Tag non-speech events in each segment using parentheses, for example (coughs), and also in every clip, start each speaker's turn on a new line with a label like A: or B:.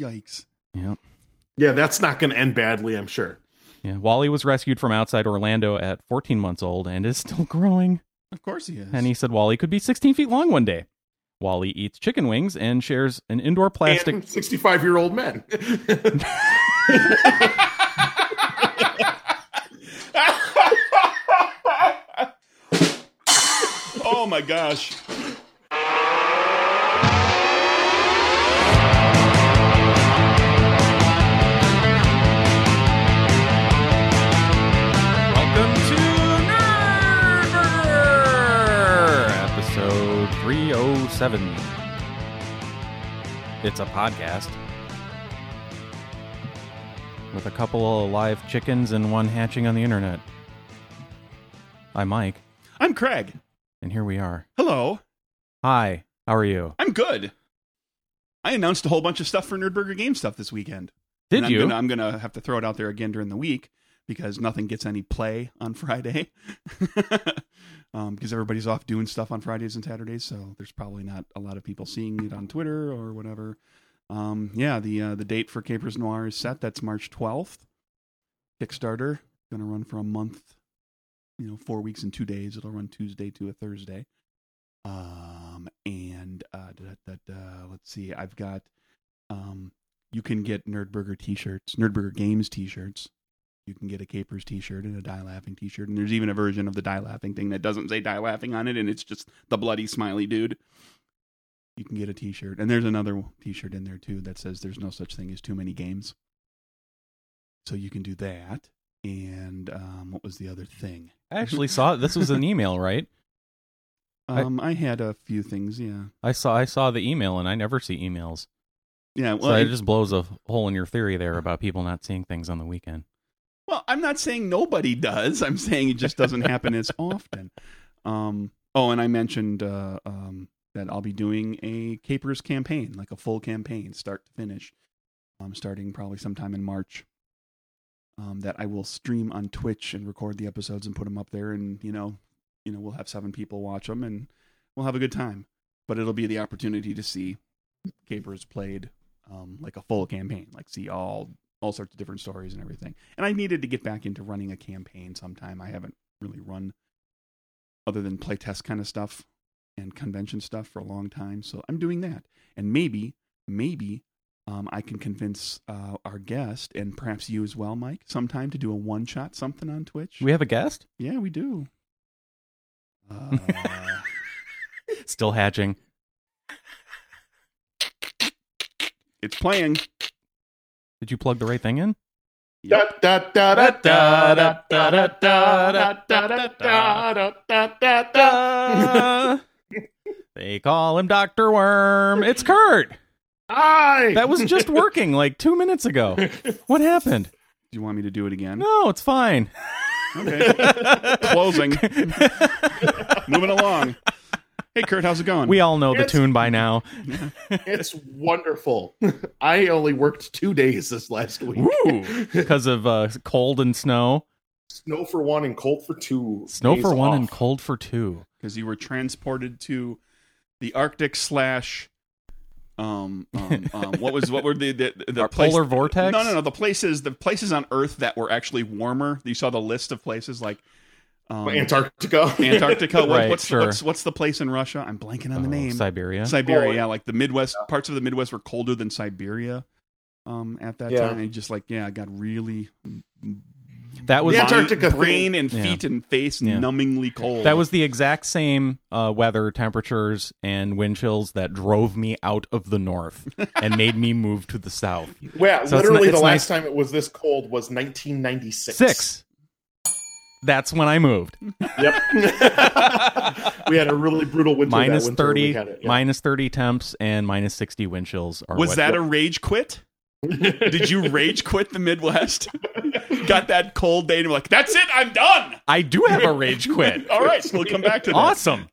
A: Yikes.
B: Yeah.
C: Yeah, that's not going to end badly, I'm sure.
B: Yeah. Wally was rescued from outside Orlando at 14 months old and is still (laughs) growing.
A: Of course he is.
B: And he said Wally could be 16 feet long one day. Wally eats chicken wings and shares an indoor plastic.
C: And 65 year old men. (laughs)
D: Oh my gosh.
B: Welcome to Nerdburger, episode 307. It's a podcast with a couple of live chickens and one hatching on the internet. I'm Mike,
D: I'm Craig.
B: and here we are.
D: Hello.
B: Hi, how are you?
D: I'm good. I announced a whole bunch of stuff for Nerdburger Game Stuff this weekend.
B: Did
D: And I'm
B: you?
D: Gonna, I'm going to have to throw it out there again during the week because nothing gets any play on (laughs) Friday um, because everybody's off doing stuff on Fridays and Saturdays. So there's probably not a lot of people seeing it on Twitter or whatever. Um, yeah, the uh, the date for Capers Noir is set. That's March 12th. Kickstarter going to run for a month. You know, four weeks and two days. It'll run Tuesday to a Thursday. Um, and uh, da, da, da, da, let's see. I've got um, you can get Nerdburger t-shirts, Nerdburger Games t-shirts. You can get a Capers t-shirt and a Die Laughing t-shirt, and there's even a version of the Die Laughing thing that doesn't say Die Laughing on it, and it's just the bloody smiley dude. You can get a t-shirt, and there's another t-shirt in there too that says "There's no such thing as too many games." So you can do that. And um, what was the other thing?
B: I actually saw this was an email, right? I-
D: Um, I had a few things. Yeah,
B: I saw I saw the email, and I never see emails,
D: yeah.
B: so
D: Well,
B: it
D: I-
B: just blows a hole in your theory there about people not seeing things on the weekend.
D: Well, I'm not saying nobody does. I'm saying it just doesn't happen as often. Um, oh, and I mentioned uh, um, that I'll be doing a capers campaign, like a full campaign, start to finish, um, starting probably sometime in March. Um, that I will stream on Twitch and record the episodes and put them up there, and you know, you know, we'll have seven people watch them, and we'll have a good time. But it'll be the opportunity to see capers played, um, like a full campaign, like see all all sorts of different stories and everything. And I needed to get back into running a campaign sometime. I haven't really run other than playtest kind of stuff and convention stuff for a long time. So I'm doing that. And maybe, maybe um, I can convince uh, our guest and perhaps you as well, Mike, sometime to do a one shot something on Twitch.
B: We have a guest
D: yeah, we do. Uh,
B: still hatching.
D: (laughs) it's playing.
B: Did you plug the right thing in?
C: Da, da, da, da, da, da, da, da, da, da, da, da, da, da, da, da.
D: Uh.
B: (laughs) they call him Dr. Worm. It's Kurt.
C: Hi. (laughs)
B: That was just working like two minutes ago. What happened?
D: Do you want me to do it again?
B: No, it's fine.
D: Okay. Closing.
B: (laughs)
D: Moving along. Hey, Kurt, how's it going?
B: we all know the
C: Yes.
B: tune by now.
C: It's wonderful. I only worked two days this last week.
B: Because of uh, cold and snow.
C: Snow for one and cold for two.
B: Snow
C: Days
B: for one
C: off.
B: and cold for two.
D: because you were transported to the Arctic slash um, um, um what was what were the the, the
B: Our
D: place-
B: polar vortex?
D: No, no, no. The places the places on Earth that were actually warmer. You saw the list of places like um,
C: Antarctica. (laughs)
D: Antarctica. What-
B: (laughs) Right,
D: what's,
B: sure.
D: what's what's the place in Russia? I'm blanking on the
B: Oh,
D: name.
B: Siberia.
D: Siberia,
C: Oh,
D: yeah, like the Midwest parts of the Midwest were colder than Siberia um at that
C: Yeah.
D: time. And just like yeah, it got really
B: that was
C: The
D: mind-
C: Antarctica thing.
D: brain and
B: Yeah.
D: feet and face
B: Yeah.
D: numbingly cold.
B: That was the exact same uh, weather, temperatures, and wind chills that drove me out of the north and made me move to the south.
C: Yeah,
B: So it's
C: literally
B: ni- it's
C: the last time it was this cold was 1996.
B: Six. That's when I moved.
C: Yep. (laughs) we had a really brutal winter. that
B: Minus
C: winter.
B: 30,
C: We had it, yeah.
B: minus 30 temps and minus 60 wind chills. Are
D: Was
B: what-
D: that a rage quit? Did you rage quit the Midwest? (laughs) Got that cold day and were like, that's it, I'm done.
B: I do have a rage quit.
D: All right, so we'll come back to that.
B: awesome.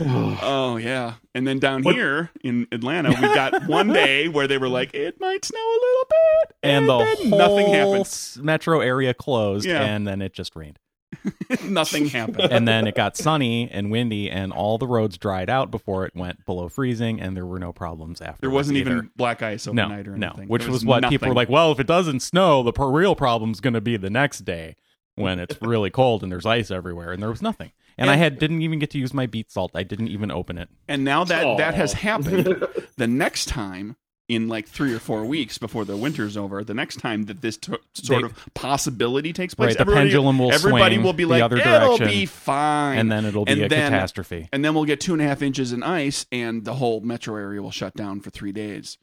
D: Oh yeah. And then down
C: What-
D: here in Atlanta, we got one day where they were like, it might snow a little bit.
B: And the
D: then
B: whole
D: nothing happened.
B: s- metro area closed,
D: Yeah.
B: and then it just rained.
D: Nothing
B: (laughs)
D: happened.
B: and then it got sunny and windy, and all the roads dried out before it went below freezing, and there were no problems after.
D: There wasn't even black ice
B: no,
D: overnight or
B: no,
D: anything.
B: which
D: There
B: was, what people
D: nothing.
B: were like. Well, if it doesn't snow, the per- real problem's going to be the next day
D: (laughs)
B: when it's really cold and there's ice everywhere, and there was nothing. And, I
D: And-
B: had didn't even get to use my beet salt. I didn't even open it.
D: And now that that has
C: Aw.
B: (laughs)
D: happened, the next time in like three or four weeks before the winter's over, the next time that this t- sort
B: They-
D: of possibility takes place,
B: Right, the
D: everybody-
B: pendulum will
D: everybody
B: swing
D: will be
B: the
D: like,
B: other
D: it'll
B: direction,"
D: be fine,
B: and then it'll be
D: And
B: a
D: then-
B: catastrophe.
D: and then we'll get two and a half inches in ice, and the whole metro area will shut down for three days.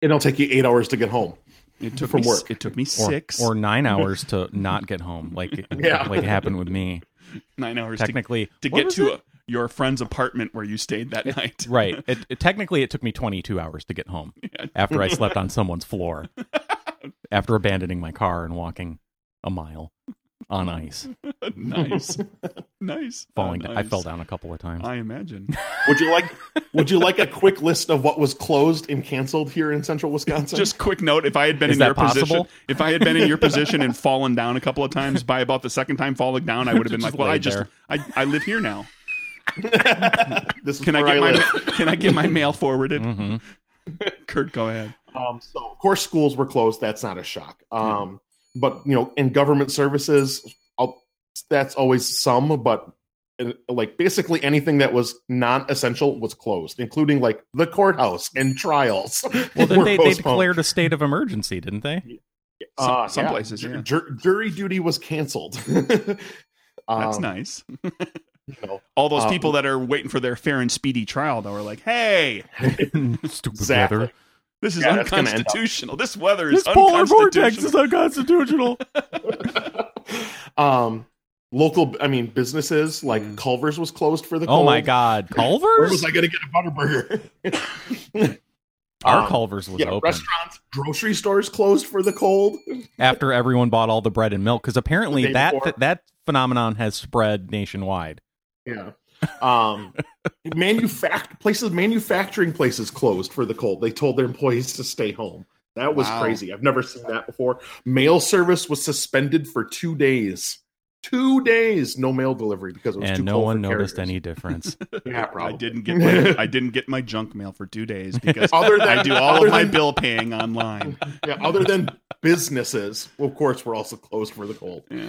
C: It'll take you eight hours to get home.
D: It took
C: From
D: me, s-
C: work.
D: It took me
B: Or,
D: six (laughs)
B: or nine hours to not get home, like
C: Yeah.
B: like it happened with
D: (laughs)
B: me.
D: nine hours to,
B: Technically,
D: to
B: what
D: get
B: was
D: to
B: it?
D: a, your friend's apartment where you stayed that night.
B: (laughs) right. It, it- technically, it took me 22 hours to get (laughs) home
D: Yeah.
B: after I slept (laughs) on someone's floor, after abandoning my car and walking a mile (laughs) on ice,
D: (laughs)
B: (laughs)
D: nice, nice.
B: falling.
D: Uh,
B: down. I
D: nice.
B: fell down a couple of times.
D: I imagine.
C: Would you like? would you like a quick list of what was closed and canceled here in Central
D: (laughs)
C: Wisconsin?
D: Just quick note: if I had been
B: Is
D: in
B: that
D: your position,
B: possible?
D: if I had been
B: (laughs)
D: in your position and fallen down a couple of times, by about the second time falling down, I would have been
B: (laughs) Just
D: like, "Well, I
B: laid
D: just
B: there.
D: I, I live here
B: (laughs)
D: now.
C: this is
D: Can I
C: where
D: get my (laughs)
C: live.
D: Can I get my mail forwarded?"
B: Mhm.
D: Kurt, go ahead.
C: Um, so of course schools were closed. That's not a shock. Um, but you know, in government services, i that's always some. But uh, like basically anything that was non-essential was closed, including like the courthouse and trials. (laughs)
B: Well, then
C: were
B: they, they
C: postponed.
B: declared a state of emergency, didn't they?
D: Some,
C: Uh,
D: some
C: yeah.
D: places, yeah.
C: Jur- jury duty was canceled. (laughs)
D: That's
C: Um,
D: nice.
C: you know,
D: (laughs) All those
C: uh,
D: people that are waiting for their fair and speedy trial, though, are like, "Hey,
B: (laughs) Stupid
C: exactly.
B: weather.
D: this is
C: Yeah, that's gonna end up-
D: unconstitutional. This weather is
B: This polar vortex
D: unconstitutional."
B: is unconstitutional.
C: (laughs) um, local, I mean, businesses like
D: Yeah.
C: Culver's was closed for (laughs) the.
B: oh my
C: cold.
B: God,
C: Where
B: Culver's!
C: was I going to get a Butterburger? (laughs)
B: Our
C: Um,
B: Culver's was
C: yeah,
B: open
C: restaurants, grocery stores closed for the cold.
B: after everyone bought all the bread and milk because
C: The
B: apparently
C: day
B: that
C: before.
B: that phenomenon has spread nationwide.
C: Yeah. (laughs) Um, manufact places, manufacturing places closed for the cold. They told their employees to stay home. That was
D: Wow.
C: crazy. I've never seen that before. Mail service was suspended for two days. Two days, no mail delivery because it was too
B: and no
C: cold
B: one
C: for
B: noticed
C: carriers.
B: any
C: (laughs)
B: difference.
C: Yeah, probably.
D: I didn't get
C: (laughs)
D: my, I didn't get my junk mail for two days because
C: Other than
D: I do all
C: other
D: of my
C: than-
D: bill paying
C: (laughs)
D: online.
C: yeah, other than businesses, of course, were also closed for the cold.
D: Yeah.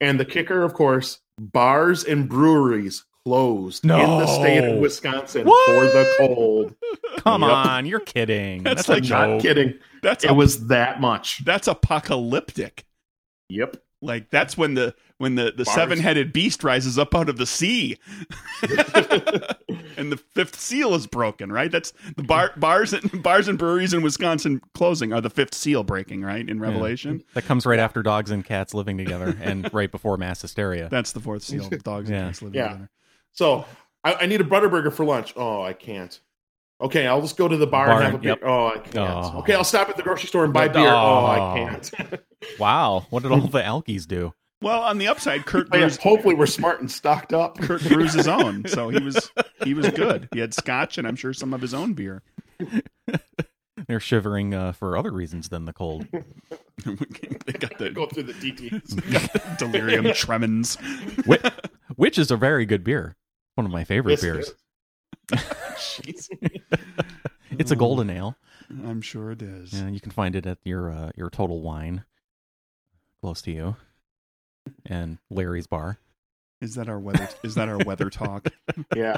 C: And the kicker, of course, bars and breweries closed in the
B: No.
C: state of Wisconsin
B: What?
C: for the cold.
B: Come
C: Yep.
B: on, you're kidding.
D: That's
B: That's,
D: like
B: a
C: Not
B: joke.
C: kidding.
D: That's
C: It
D: a-
C: was that much.
D: that's apocalyptic.
C: Yep.
D: Like that's when the when the, the
C: Bars.
D: seven headed beast rises up out of the
C: (laughs)
D: sea, and the fifth seal is broken. Right? That's the bar, bars and bars and breweries in Wisconsin closing are the fifth seal breaking. Right in Revelation,
B: That comes right after dogs and cats living together and right before mass
C: (laughs)
B: hysteria.
D: that's the fourth seal. Dogs
B: Yeah.
D: and cats living
C: Yeah.
D: together.
C: So I, I need a Butterburger for lunch. Oh, I can't. Okay, I'll just go to the bar,
B: Bar,
C: and have a beer.
B: yep.
C: Oh, I can't.
B: Oh.
C: Okay, I'll stop at the grocery store and buy
B: Oh.
C: beer. Oh, I can't. (laughs)
B: Wow, what did all the alkies do?
D: Well, on the upside, Kurt
C: Oh, yeah,
D: brews,
C: hopefully, we're smart and stocked up. (laughs)
D: Kurt brews his own, so he was he was good. He had scotch and I'm sure some of his own beer. (laughs)
B: They're shivering uh, for other reasons than the cold.
D: they got the
C: Go through the DTs.
D: delirium
C: (laughs)
D: tremens.
B: Which, which is a very good beer. One of my favorite
C: Yes, it
B: beers.
C: (laughs) is.
B: (laughs) It's a golden ale.
D: I'm sure it is.
B: Yeah, you can find it at your uh, your Total Wine, close to you, and Larry's Bar.
D: Is that our weather? Is that our weather talk?
C: Yeah.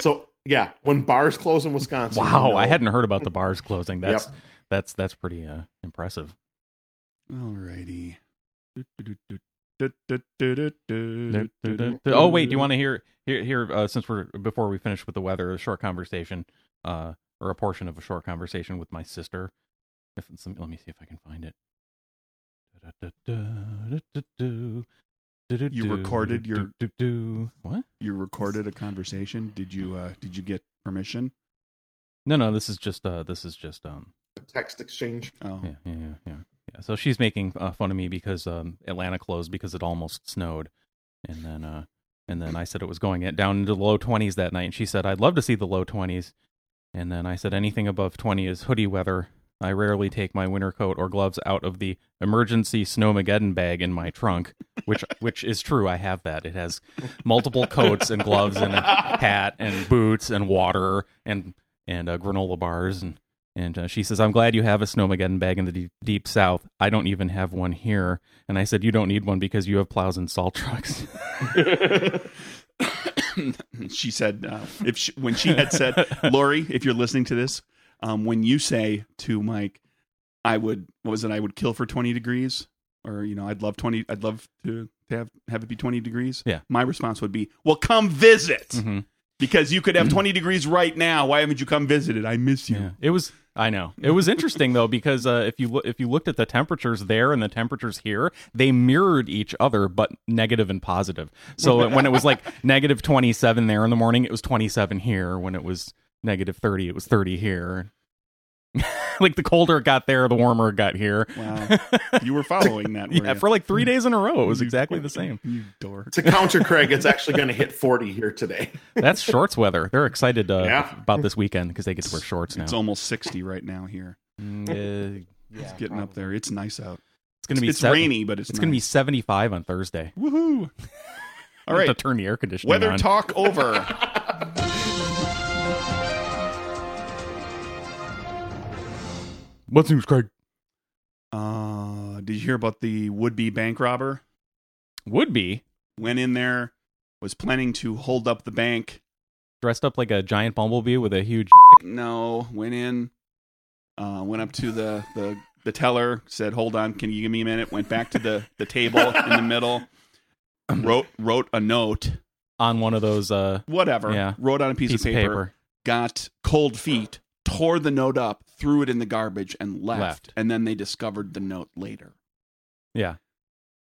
C: So yeah, when bars close in Wisconsin.
B: Wow,
C: you
B: I
C: know.
B: hadn't heard about the bars closing. That's that's that's pretty uh, impressive.
D: Alrighty.
B: Oh wait, do you want to hear here here uh, since we're before we finish with the weather, a short conversation, uh, or a portion of a short conversation with my sister. If it's, let me see if I can find it.
D: You recorded your-
B: what?
D: You recorded a conversation. Did you? Uh, did you get permission?
B: No, no, this is just uh, this is just um,
C: text exchange.
D: Oh,
B: yeah, yeah, yeah, yeah. yeah. So she's making uh, fun of me because um, Atlanta closed because it almost snowed, and then uh, and then I said it was going it down into the low twenties that night, and she said I'd love to see the low twenties, and then I said anything above twenty is hoodie weather, I rarely take my winter coat or gloves out of the emergency snowmageddon bag in my trunk, which which is true. I have that. It has multiple coats and gloves and
C: (laughs)
B: a hat and boots and water and and uh, granola bars and and uh, she says, "I'm glad you have a snowmageddon bag in the deep, deep south. I don't even have one here." And I said, "You don't need one because you have plows and salt trucks."
C: (laughs)
D: she said uh, if she, when she had
B: (laughs)
D: said Lori, if you're listening to this, um, when you say to Mike, I would what was it? I would kill for 20 degrees, or you know, I'd love 20. I'd love to, to have have it be 20 degrees.
B: Yeah.
D: My response would be, well, come visit
B: Mhm.
D: because you could have 20 degrees right now. Why haven't you come visited? I miss you.
B: Yeah, it was. I know it was interesting though because uh, if you lo- if you looked at the temperatures there and the temperatures here, they mirrored each other, but negative and positive. So when it was like negative twenty seven there in the morning, it was twenty seven here. When it was negative thirty, it was thirty here. (laughs) like the colder it got there, the warmer it got here. (laughs)
D: Wow, you were following that. were
B: Yeah,
D: you?
B: for like three days in a row, it
D: Mm-hmm.
B: was exactly the same.
D: You dork.
C: to counter Craig, it's actually going to hit 40 here today.
B: That's shorts weather. They're excited uh,
C: Yeah.
B: about this weekend because they get to wear shorts now.
D: It's almost 60 right now here.
B: Mm, uh,
D: It's getting up there. It's nice out.
B: it's gonna be
D: it's
B: sev-
D: rainy, but it's
B: It's gonna be seventy five on Thursday.
D: be
B: (laughs)
D: woohoo. All
B: Have
D: right,
B: to turn the air conditioning
D: weather
B: on. (laughs)
D: talk over.
B: What's news, Craig?
D: Uh, did you hear about the would-be bank robber?
B: Would be
D: Went in there, was planning to hold up the bank.
B: dressed up like a giant bumblebee with a huge. (laughs)
D: No, went in, uh, went up to the, the the teller, said, "Hold on, can you give me a minute?" Went back to the the table in the
B: (laughs)
D: middle,
B: Um,
D: wrote wrote a note,
B: on one of those. Uh,
D: whatever.
B: Yeah.
D: Wrote on a piece,
B: piece
D: of, paper, got cold feet, tore the note up, threw it in the garbage, and
B: Left.
D: left. And then they discovered the note later.
B: Yeah.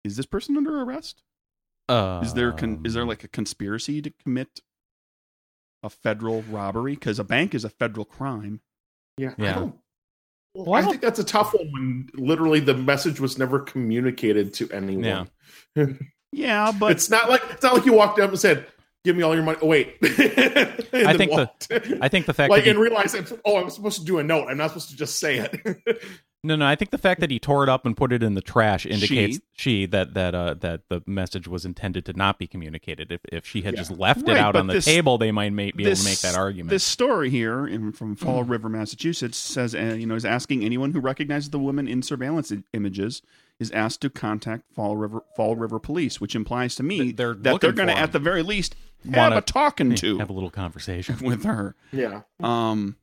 D: Is this person under arrest?
B: Uh,
D: Is there con- is there like a conspiracy to commit a federal robbery? Because a bank is a federal crime.
C: Yeah.
B: Yeah.
C: I, don't, well,
B: Well, I
C: I think that's a tough one when literally the message was never communicated to anyone.
B: Yeah.
D: Yeah, but
C: it's not like it's not like you walked up and said, "Give me all your money." Oh, wait, (laughs) I
B: think the- I think the fact
C: like
B: that
C: and
B: he,
C: realize that oh, I'm supposed to do a note. I'm not supposed to just say it. (laughs)
B: no, no, I think the fact that he tore it up and put it in the trash indicates
D: She.
B: she, that that uh that the message was intended to not be communicated. If if she had just left
D: Right,
B: it out
D: but
B: on the
D: this-
B: table, they might ma- be able
D: this-
B: to make that argument. Mm.
D: this story here in, from Fall River, Massachusetts, says uh, you know is asking anyone who recognizes the woman in surveillance i- images is asked to contact Fall River Fall River Police, which implies to me
B: Th- they're
D: that they're
B: looking
D: going to,
B: for
D: at
B: him.
D: the very least, have
B: Wanna-
D: a talking
B: (laughs) Yeah,
D: to
B: have a
D: (laughs)
B: little conversation.
D: with her.
C: yeah,
D: um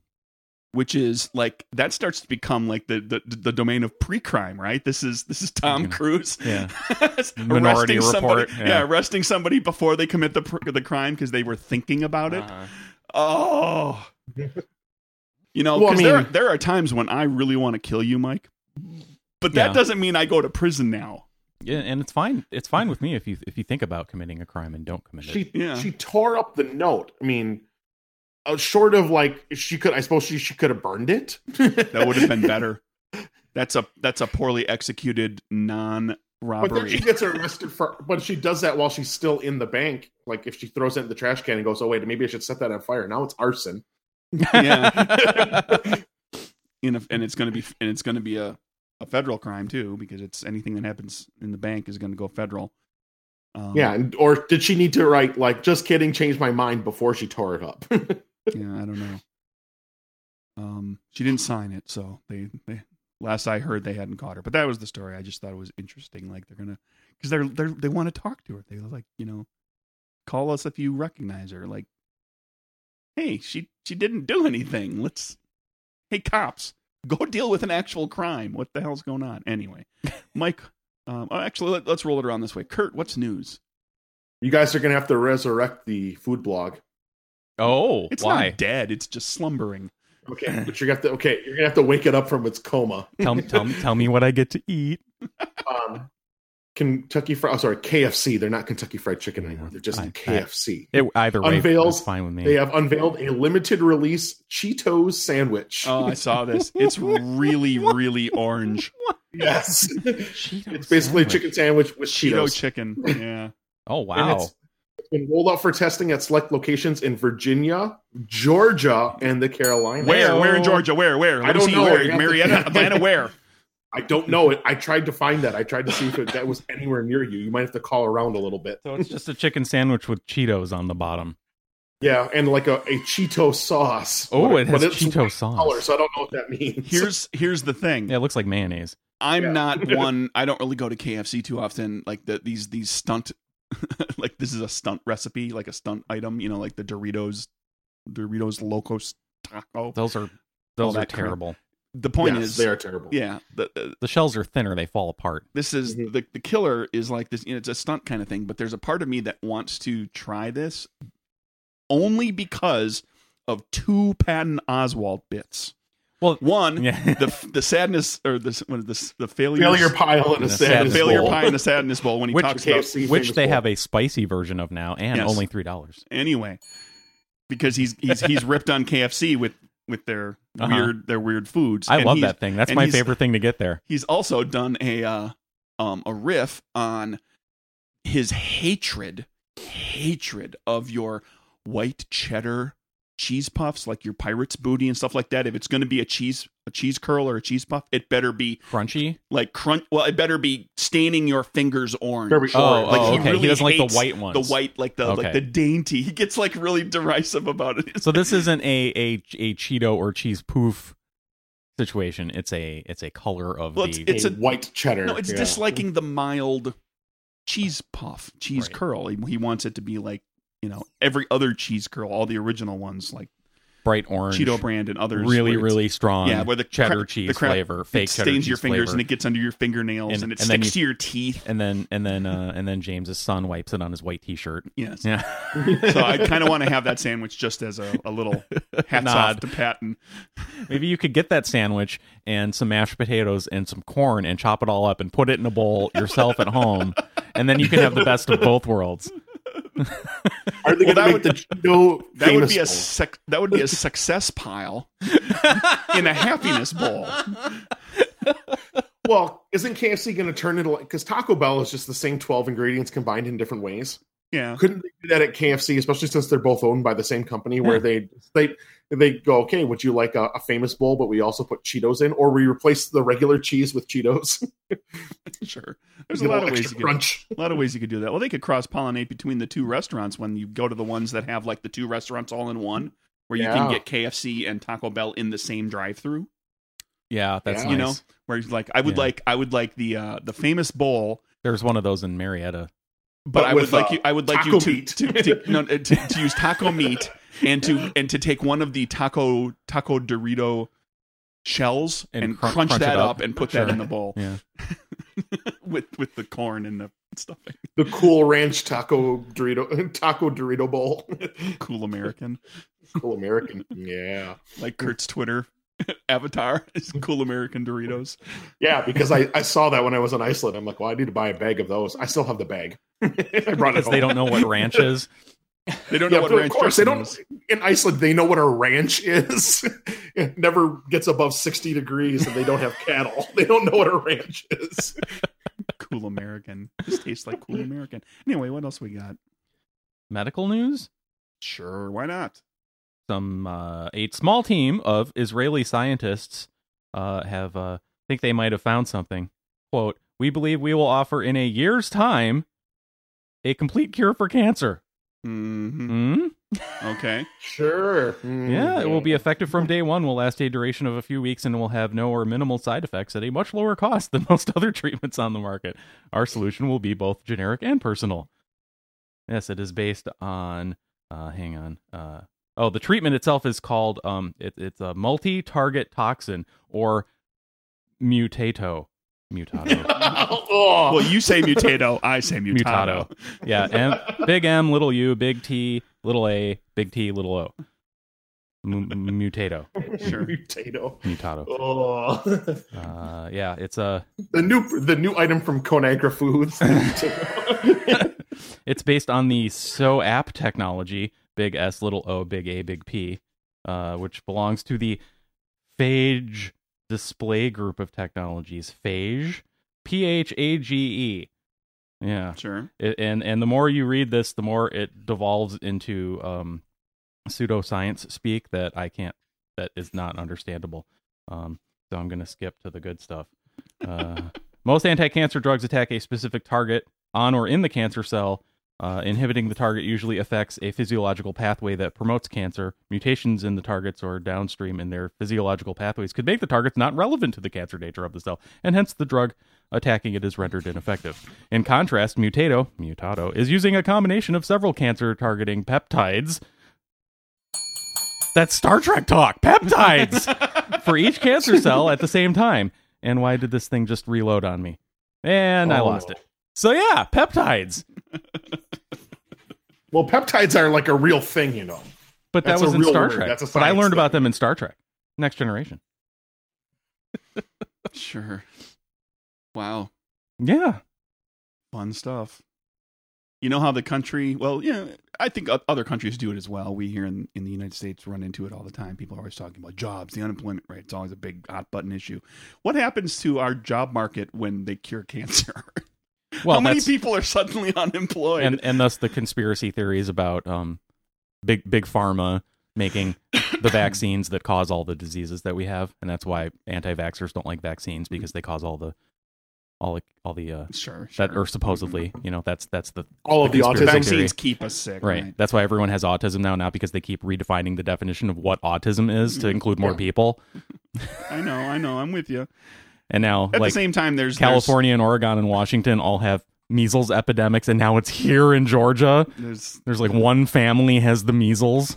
D: which is like that starts to become like the the, the domain of pre-crime right this is this is tom
B: Yeah.
D: cruise (laughs)
B: Mm-hmm. Yeah. Minority
D: arresting somebody
B: Report,
D: yeah.
B: yeah.
D: arresting somebody before they commit the pr- the crime because they were thinking about it
B: Uh-huh.
D: oh you know
C: Well, I
D: 'cause there,
C: mean-
D: there are times when i really want to kill you mike but that
B: Yeah.
D: doesn't mean i go to prison now
B: Yeah, and it's fine. It's fine with me if you if you think about committing a crime and don't commit it.
C: she
D: Yeah.
C: she tore up the note. I mean, uh, short of like she could, I suppose she she could have burned it.
D: that would
C: (laughs)
D: have been better that's a that's a poorly executed
C: But then she
D: non-robbery
C: gets arrested for. But she does that while she's still in the bank. Like if she throws it in the trash can and goes, "Oh wait, maybe I should set that on fire." Now it's arson.
D: yeah
B: (laughs)
D: (laughs) in a, and it's going to be and it's going to be a, a federal crime too because it's anything that happens in the bank is going to go federal. Um,
C: Yeah, and, or did she need to write like "just kidding"? Change my mind before she tore it up. (laughs)
D: yeah, I don't know. Um, she didn't sign it, so they, they last I heard they hadn't caught her. But that was the story. I just thought it was interesting. Like they're gonna because they're they're they want to talk to her. They like you know call us if you recognize her. Like hey, she she didn't do anything. Let's hey cops go deal with an actual crime. What the hell's going on? Anyway, Mike. Um, oh, actually, let, let's roll it around this way. Kurt, what's news?
C: you guys are gonna have to resurrect the food blog.
B: Oh,
D: It's
B: why?
D: not dead. It's just slumbering.
C: Okay, but you got to okay. You're gonna have to wake it up from its coma.
B: tell me, tell me, tell me what I get to eat.
C: Um, Kentucky Fried, oh, sorry, KFC. They're not Kentucky Fried Chicken anymore. They're just
B: I- I-
C: KFC.
B: It, either way,
C: Unveils- uh,
B: that's fine with me.
C: They have unveiled a limited release Cheetos sandwich. (laughs)
D: Oh, I saw (laughs) this. It's really, really orange.
C: (laughs) yes,
B: Cheeto
C: it's basically a
B: sandwich.
C: chicken sandwich with
D: Cheeto
C: Cheetos.
D: chicken. Yeah.
B: Oh
C: And
B: wow!
C: it's, It's been rolled out for testing at select locations in Virginia, Georgia, and the Carolinas.
D: Where?
B: Hey-o.
D: Where in Georgia? Where? Where? Let
C: I
D: me
C: don't
D: see.
C: know.
D: Where?
C: You have to-
D: Marietta, (laughs) Atlanta. Where?
C: I don't know it. I tried to find that. I tried to see if it, that was anywhere near you. You might have to call around a little bit.
B: So it's just a chicken sandwich with Cheetos on the bottom.
C: Yeah, and like a, a Cheeto sauce.
B: Oh,
C: But-
B: it
C: but
B: has
C: it's
B: Cheeto
C: color,
B: sauce.
C: so I don't know what that means.
D: Here's here's the thing.
B: Yeah, it looks like mayonnaise.
D: I'm
C: Yeah.
D: (laughs) not one. I don't really go to KFC too often. Like the, these these stunt, (laughs) like this is a stunt recipe, like a stunt item. You know, like the Doritos, Doritos Locos Taco.
B: Those are
D: All
B: those are
D: that crap.
B: terrible.
D: The point
C: Yes,
D: is,
C: they are terrible.
D: yeah, the, the,
B: The shells are thinner; they fall apart.
D: this is
C: Mhm.
D: the the killer is like this. You know, it's a stunt kind of thing. But there's a part of me that wants to try this, only because of two Patton Oswald bits.
B: Well,
D: One,
B: (laughs) yeah,
D: the the sadness or this when this the failure
C: Failure pile in
B: The
C: a
B: sadness
C: sadness
D: failure
C: bowl.
D: pie in the sadness bowl when he
B: Which-
D: talks about
C: KFC
B: which
C: famous
B: they
C: bowl.
B: have a spicy version of now, and
D: Yes.
B: only three dollars.
D: anyway because he's he's he's ripped on KFC with with their
B: Uh-huh.
D: weird their weird foods.
B: I
D: And
B: love
D: he's-
B: that thing. That's
D: and
B: my
D: he's-
B: favorite thing to get there.
D: He's also done a uh, um a riff on his hatred hatred of your white cheddar cheese puffs like your pirates booty and stuff like that if it's going to be a cheese a cheese curl or a cheese puff it better be
B: Crunchy.
D: like crunch well it better be staining your fingers orange
C: Very
B: Oh,
C: Sure.
D: Like,
B: oh,
D: he
B: okay. He,
D: really
B: doesn't like the
D: hates
B: white ones.
D: the white like the
B: Okay.
D: like the dainty he gets like really derisive about it
B: So this isn't a a a Cheeto or cheese poof situation. It's a it's a color of
D: Well,
B: the.
C: A
D: It's a-
C: white cheddar.
D: no it's
C: yeah.
D: disliking the mild cheese puff cheese
B: Right.
D: curl he, he wants it to be like you know every other cheese curl all the original ones like
B: bright orange,
D: cheeto brand and others
B: really
D: where it's-
B: really strong.
D: yeah where the
B: cheddar
D: crap-
B: cheese
D: the crap-
B: flavor,
D: it
B: fake cheddar
D: stains your
B: cheese
D: fingers
B: flavor.
D: and it gets under your fingernails
B: And-
D: and, it
B: and then
D: sticks
B: you-
D: to your teeth
B: (laughs) and then and then uh, and then James's son wipes it on his white
D: (laughs)
B: T-shirt.
D: yes
B: Yeah,
D: so i kind of want to have that sandwich just as a, a little hats off
B: Nod.
D: to patton
B: maybe you could get that sandwich and some mashed potatoes and some corn and chop it all up and put it in a bowl yourself at home, and then you can have the best of both worlds.
C: Are they
D: Well, that
C: going to make
D: would-
C: the Cheeto
D: That would
C: famous
D: be a
C: bowl?
D: sec- that would be a success
B: (laughs)
D: pile in a happiness bowl.
C: Well, isn't KFC going to turn into like because Taco Bell is just the same twelve ingredients combined in different ways?
D: Yeah.
C: Couldn't they do that at KFC, especially since they're both owned by the same company? Where they they they go, okay, would you like a, a famous bowl, but we also put Cheetos in, or we replace the regular cheese with Cheetos? (laughs)
D: Sure. There's a
C: Get
D: lot of
C: little
D: ways
C: extra
D: you could,
C: crunch.
D: a lot of ways you could do that. Well, they could cross pollinate between the two restaurants when you go to the ones that have like the two restaurants all in one, where you can
C: Yeah.
D: get KFC and Taco Bell in the same drive-through.
B: Yeah, that's
C: Yeah.
B: nice.
D: You know, where it's like I would
B: Yeah.
D: like I would like the uh the famous bowl,
B: There's one of those in Marietta.
D: but,
C: But
D: I would
C: with,
D: like
C: uh,
D: you I would like
C: taco
D: you to,
C: meat.
D: to, to, no, uh, to to use taco meat and to and to take one of the taco taco Dorito shells and,
B: And crun-
D: crunch,
B: crunch it
D: that up.
B: up.
D: and put
B: Sure.
D: that in the bowl. (laughs)
B: Yeah.
D: with with the corn and the stuffing.
C: The Cool Ranch Taco Dorito (laughs) Taco Dorito Bowl,
D: (laughs)
C: (laughs)
D: Cool American,
C: cool American, yeah,
D: like Kurt's Twitter (laughs) avatar is Cool American Doritos.
C: yeah. Because I I saw that when I was in Iceland. I'm like, well, I need to buy a bag of those. I still have the bag. (laughs) I brought it.
B: Because they
C: home.
B: don't know what ranch is.
D: They don't
C: Yeah,
D: know what
C: but
D: ranch
C: of course they
D: dressing
C: don't.
D: is.
C: In Iceland, they know what a ranch is. (laughs) it never gets above sixty degrees, and they don't have cattle. (laughs) They don't know what a ranch is.
D: Cool American. This tastes like Cool American. Anyway, what else we got?
B: Medical news?
D: Sure, why not?
B: Some uh, a small team of Israeli scientists uh, have uh, think they might have found something. Quote: We believe we will offer in a year's time a complete cure for cancer.
D: hmm
B: Hmm?
D: Okay,
C: Sure. Hmm.
B: Yeah, it will be effective from day one. Will last a duration of a few weeks and will have no or minimal side effects at a much lower cost than (laughs) most other treatments on the market. Our solution will be both generic and personal. Yes, it is based on. Uh, hang on. Uh, oh, the treatment itself is called. Um, it, it's a multi-target toxin or mutato.
C: (laughs)
B: Mutato.
C: (laughs) oh,
D: well you
C: (laughs)
D: say mutato, I say mutato.
B: yeah. M, big M, little U, big T, little A, big T, little O. M- mutato.
C: (laughs)
D: Sure.
C: Potato.
B: Mutato.
C: Oh, (laughs)
B: Uh, yeah, it's a
C: the new the new item from Conagra Foods.
B: it's based on the So app technology, big S, little O, big A, big P, uh, which belongs to the phage display group of technologies. Phage, P H A G E. Yeah.
D: Sure.
B: It, and and the more you read this, the more it devolves into um, pseudoscience speak that I can't that is not understandable. Um, so I'm going to skip to the good stuff. Uh, most anti-cancer drugs attack a specific target on or in the cancer cell. Uh, inhibiting the target usually affects a physiological pathway that promotes cancer. Mutations in the targets or downstream in their physiological pathways could make the targets not relevant to the cancer nature of the cell, and hence the drug attacking it is rendered ineffective. In contrast, Mutato, Mutato is using a combination of several cancer targeting peptides. That's Star Trek talk. Peptides for each cancer cell at the same time. And why did this thing just reload on me? (laughs) And I
C: Oh.
B: lost it. So yeah, peptides.
C: Well, peptides are like a real thing, you know.
B: But that
C: That's a
B: was in
C: real
B: Star
C: word.
B: Trek.
C: That's a
B: But I
C: science
B: learned about
C: thing.
B: them in Star Trek. Next generation.
D: Sure. Wow.
B: Yeah.
D: Fun stuff. You know how the country, well, yeah, I think o- other countries do it as well. We here in, in the United States run into it all the time. People are always talking about jobs, the unemployment rate. It's always a big hot button issue. What happens to our job market when they cure cancer? (laughs)
B: Well,
D: how many
B: that's-
D: people are suddenly unemployed?
B: and and thus the conspiracy theories about um big big pharma making
C: (coughs)
B: the vaccines that cause all the diseases that we have and that's why anti-vaxxers don't like vaccines because they cause all the all the all the uh
D: sure, sure.
B: that or supposedly you know that's that's the
C: All of
B: The
C: the,
B: conspiracy
C: autism.
B: theory.
D: vaccines keep us sick,
B: right.
D: right?
B: that's why everyone has autism now not because they keep redefining the definition of what autism is to include more
C: Mm. Yeah.
B: people
D: I know, I know, I'm with you.
B: and now
D: At
B: like
D: the same time, there's there's-
B: california and oregon and washington all have measles epidemics and now it's here in georgia
D: There's
B: there's like one family has the measles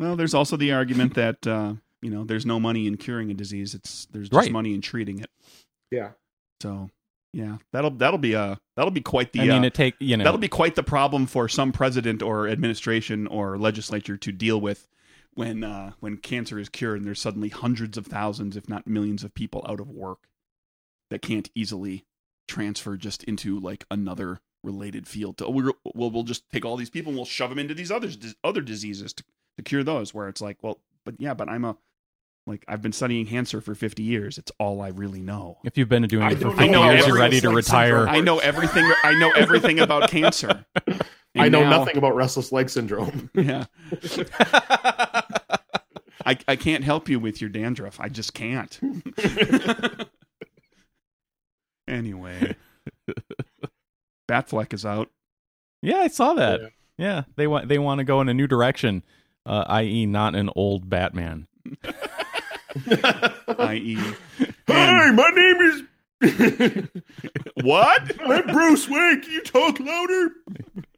D: well, there's also the argument that uh, you know there's no money in curing a disease. It's there's just
B: Right.
D: money in treating it.
C: Yeah.
D: So yeah, that'll that'll be uh that'll be quite the
B: i mean
D: uh,
B: it take you know
D: that'll be quite the problem for some president or administration or legislature to deal with when uh, when cancer is cured and there's suddenly hundreds of thousands, if not millions, of people out of work that can't easily transfer just into like another related field. To, oh, we're, we'll we'll just take all these people and we'll shove them into these others other diseases to, to cure those. Where it's like, well, but yeah, but I'm a like I've been studying cancer for 50 years. It's all I really know.
B: If you've been doing
C: I
B: it for
C: don't
B: 50
D: know
B: years,
D: how
B: you're
D: everyone
B: ready to
C: sleeps
B: retire.
C: in
D: I know everything. I know everything about cancer.
C: I
D: And
C: know
D: now-
C: nothing about restless
D: (laughs)
C: leg syndrome.
D: Yeah. I, I can't help you with your dandruff. I just can't. (laughs) anyway, Batfleck is out.
B: (laughs) yeah, I saw that. Yeah, they want they want to go in a new direction, uh, i.e., not an old Batman.
D: I.e.,
C: Hi, my name
D: (laughs)
C: is.
D: what?
C: I'm Bruce Wayne. Can you talk louder?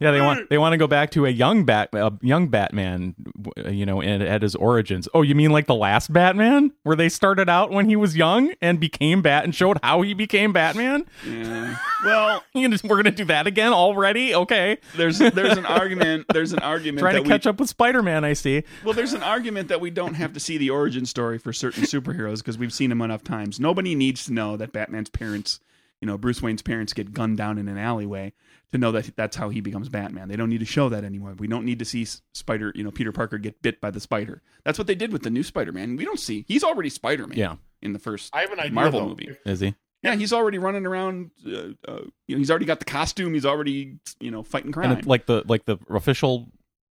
B: Yeah, they want they want to go back to a young bat a young Batman, w- you know, at, at his origins. Oh, you mean like the last Batman, where they started out when he was young and became Bat and showed how he became Batman?
D: Yeah. Well,
B: You just- We're gonna do that again already? Okay,
D: there's there's an argument. There's an argument
B: trying
D: that
B: to
D: we
B: catch up with Spider Man. I see.
D: Well, there's an argument that we don't have to see the origin story for certain superheroes because we've seen them enough times. Nobody needs to know that Batman's parents, you know, Bruce Wayne's parents get gunned down in an alleyway to know that that's how he becomes Batman. They don't need to show that anymore. We don't need to see S- Spider, you know, Peter Parker get bit by the spider. That's what they did with the new Spider-Man. We don't see. He's already Spider-Man
B: Yeah,
D: in the first.
C: I have an idea.
D: Marvel
C: though.
D: movie.
B: is he?
D: Yeah, he's already running around. Uh, uh, you know, he's already got the costume. He's already, you know, fighting crime.
B: And it's like the like the official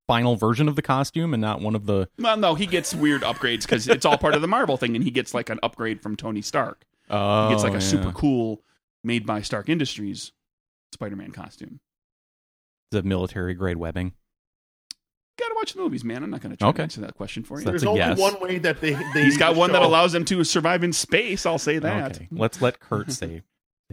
B: final version of the costume, and not one of the
D: Well, no, he gets weird upgrades because it's all part of the Marvel thing, and he gets like an upgrade from Tony Stark. He
B: Oh,
D: gets like a
B: yeah.
D: super cool, made by Stark Industries, Spider-Man costume.
B: the military grade webbing.
D: Gotta watch the movies, man. I'm not gonna try
B: Okay.
D: to answer that question for you.
B: So that's
C: There's
B: a
C: only
B: yes.
C: one way that they. they
D: He's got
C: show-
D: one that allows him to survive in space. I'll say that.
B: Okay, let's let
D: (laughs)
B: Kurt say.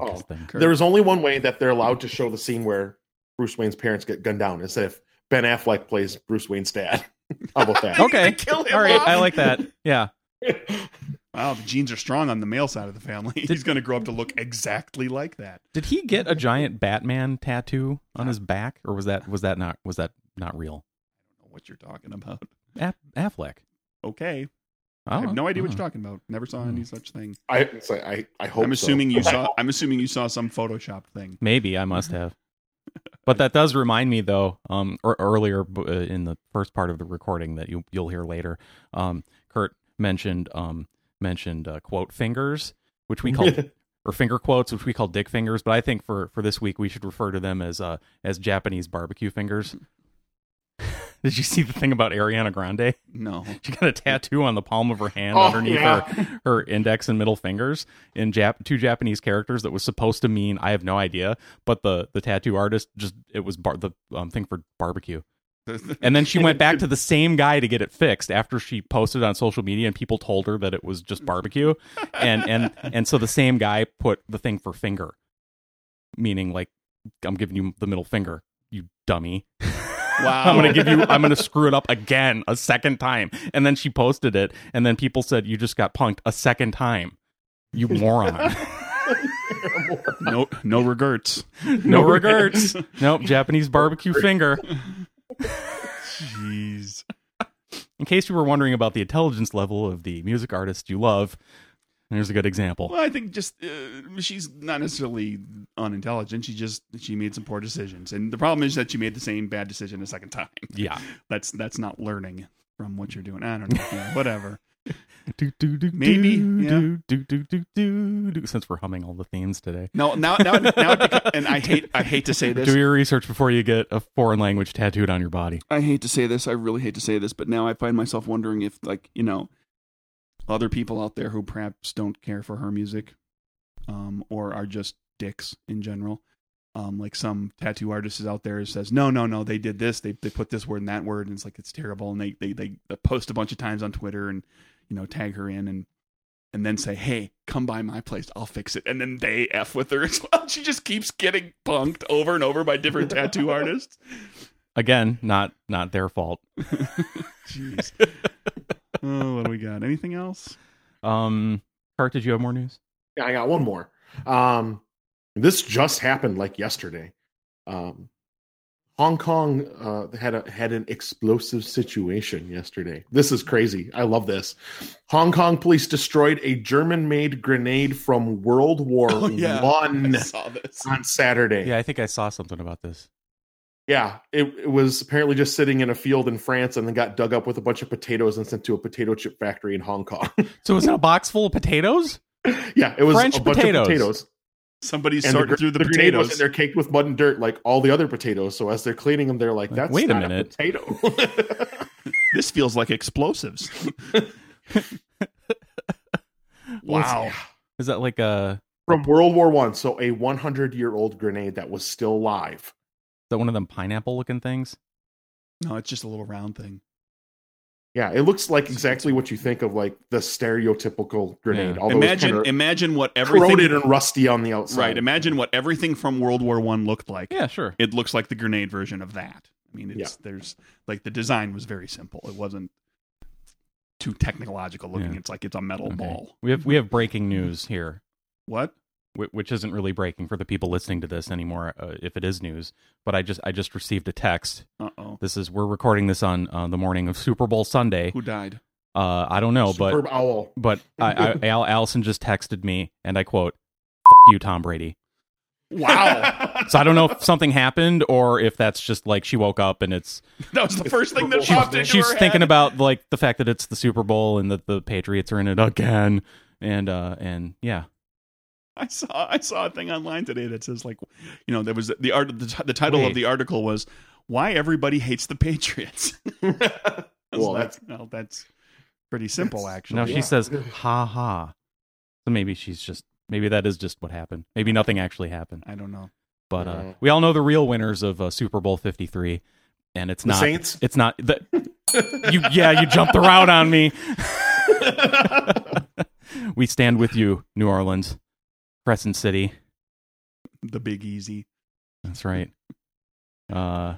C: Oh.
B: his thing.
D: Kurt.
C: There is only one way that they're allowed to show the scene where Bruce Wayne's parents get gunned down. Is if Ben Affleck plays Bruce Wayne's dad. (laughs) How about that?
B: Okay,
D: Kill him
B: all right,
D: off.
B: I
D: (laughs)
B: like that. Yeah,
D: Wow, the genes are strong on the male side of the family. (laughs) He's gonna grow up to look exactly like that.
B: did he get a giant Batman tattoo on his back, or was that was that not was that not real?
D: I don't know what you're talking about.
B: A- Affleck.
D: Okay,
B: Oh, Hmm.
D: I have no idea what you're talking about. Never saw any such thing.
C: (laughs) I so I I hope.
D: I'm
C: so.
D: assuming you
C: (laughs)
D: saw. I'm assuming you saw some Photoshop thing.
B: Maybe I must have. But that does remind me, though, um, or earlier b- uh, in the first part of the recording that you you'll hear later, um, Kurt mentioned um mentioned uh, quote fingers, which we called or finger quotes, which we call dick fingers, but I think for for this week we should refer to them as uh as Japanese barbecue fingers. (laughs) Did you see the thing about Ariana Grande?
D: No. (laughs)
B: (laughs) She got a tattoo on the palm of her hand
C: Oh,
B: underneath
C: yeah. (laughs)
B: her, her index and middle fingers in Jap- two Japanese characters that was supposed to mean I have no idea, but the the tattoo artist just it was bar- the um, thing for barbecue. And then she went back to the same guy to get it fixed after she posted on social media and people told her that it was just
C: (laughs)
B: barbecue. And and and so the same guy put the thing for finger. Meaning like I'm giving you the middle finger, you dummy.
D: wow.
B: I'm gonna give you. I'm (laughs) gonna screw it up again a second time. And then she posted it, and then people said, "You just got punked a second time, you (laughs) moron."
D: no no regrets.
B: no regrets. nope. Japanese barbecue finger.
D: Jeez.
B: In case you were wondering about the intelligence level of the music artist you love, there's a good example.
D: Well, I think just uh, she's not necessarily unintelligent. She just she made some poor decisions, and the problem is that she made the same bad decision a second time. (laughs)
B: Yeah.
D: That's that's not learning from what you're doing. I don't know. Yeah, whatever.
B: Do, do, do,
D: Maybe,
B: do,
D: yeah.
B: do, do, do, do, do, do. Since we're humming all the themes today.
D: No, now now now. It beca- and I hate I hate to say
B: Do
D: this.
B: your research before you get a foreign language tattooed on your body.
D: I hate to say this. I really hate to say this, but now I find myself wondering if like you know other people out there who perhaps don't care for her music, um, or are just dicks in general. Um, like some tattoo artist is out there who says, no, no, no, they did this, they they put this word and that word, and it's like it's terrible, and they they they, they post a bunch of times on Twitter and you know tag her in and. And then say, "Hey, come by my place. I'll fix it." And then they f with her as well. (laughs) She just keeps getting punked over and over by different tattoo artists.
B: Again, not not their fault.
D: (laughs) Jeez. oh, what do we got? Anything else?
B: Um, Kurt, did you have more news?
C: Yeah, I got one more. Um, this just happened like yesterday. Um, Hong Kong uh, had a, had an explosive situation yesterday. This is crazy. I love this. Hong Kong police destroyed a German-made grenade from World War
D: Oh, yeah.
C: One
D: saw this.
C: on Saturday.
B: Yeah, I think I saw something about this.
C: Yeah, it, it was apparently just sitting in a field in France and then got dug up with a bunch of potatoes and sent to a potato chip factory in Hong Kong. (laughs)
B: So is it a box full of potatoes?
C: yeah, it was
B: French
C: a bunch
B: potatoes.
C: of potatoes.
D: Somebody's
C: And
D: sorting
C: gr-
D: through the,
C: grenade was-
D: potatoes.
C: and they're caked with mud and dirt like all the other potatoes. So as they're cleaning them, they're like,
B: Like,
C: "That's
B: wait a
C: not
D: (laughs)
B: minute."
C: potato." (laughs)
D: This feels like explosives. (laughs) wow.
B: Is that like a
C: From World War One, so a 100 year old grenade that was still live.
B: is that one of them pineapple looking things?
D: No, it's just a little round thing.
C: Yeah, it looks like exactly what you think of like the stereotypical grenade.
B: Yeah.
C: Although
D: imagine,
C: it's kinda
D: imagine what
C: corroded
D: everything.
C: and rusty on the outside.
D: Right. Imagine what everything from World War One looked like.
B: Yeah, sure.
D: It looks like the grenade version of that. I mean, it's there's like the design was very simple. It wasn't too technological looking.
B: Yeah.
D: It's like it's a metal
B: Okay.
D: ball.
B: We have we have breaking news here,
D: What?
B: whi- which isn't really breaking for the people listening to this anymore, uh, if it is news. But I just I just received a text.
D: Uh oh.
B: This is we're recording this on uh, the morning of Super Bowl Sunday.
D: Who died? (laughs)
B: Uh, I don't know,
C: Superb owl.
B: but but I, I, Al Allison just texted me, and I quote, "F- "You Tom Brady."
D: Wow.
B: So I don't know if something happened or if that's just like she woke up and it's
D: that was the first thing that
C: She-
D: popped into
B: she's
D: her
B: thinking
D: head.
B: about like the fact that it's the Super Bowl and that the Patriots are in it again, and uh and yeah,
D: (laughs) I saw I saw a thing online today that says like, you know, there was the art the, t- the title
B: Wait.
D: of the article was why everybody hates the Patriots. (laughs) I was
C: Well,
D: like,
C: that's-
D: well, that's pretty simple actually.
B: now
C: yeah.
B: she says ha ha, so maybe she's just maybe that is just what happened. Maybe nothing actually happened,
D: I don't know.
B: but uh
C: Yeah.
B: we all know the real winners of uh, Super Bowl Fifty Three, and it's
C: (laughs) The
B: not
C: Saints? (laughs)
B: it's not the you yeah you jumped the route on me. (laughs) we stand with you, New Orleans, Crescent City.
D: The Big Easy. (laughs)
B: That's right. Uh.
D: yeah.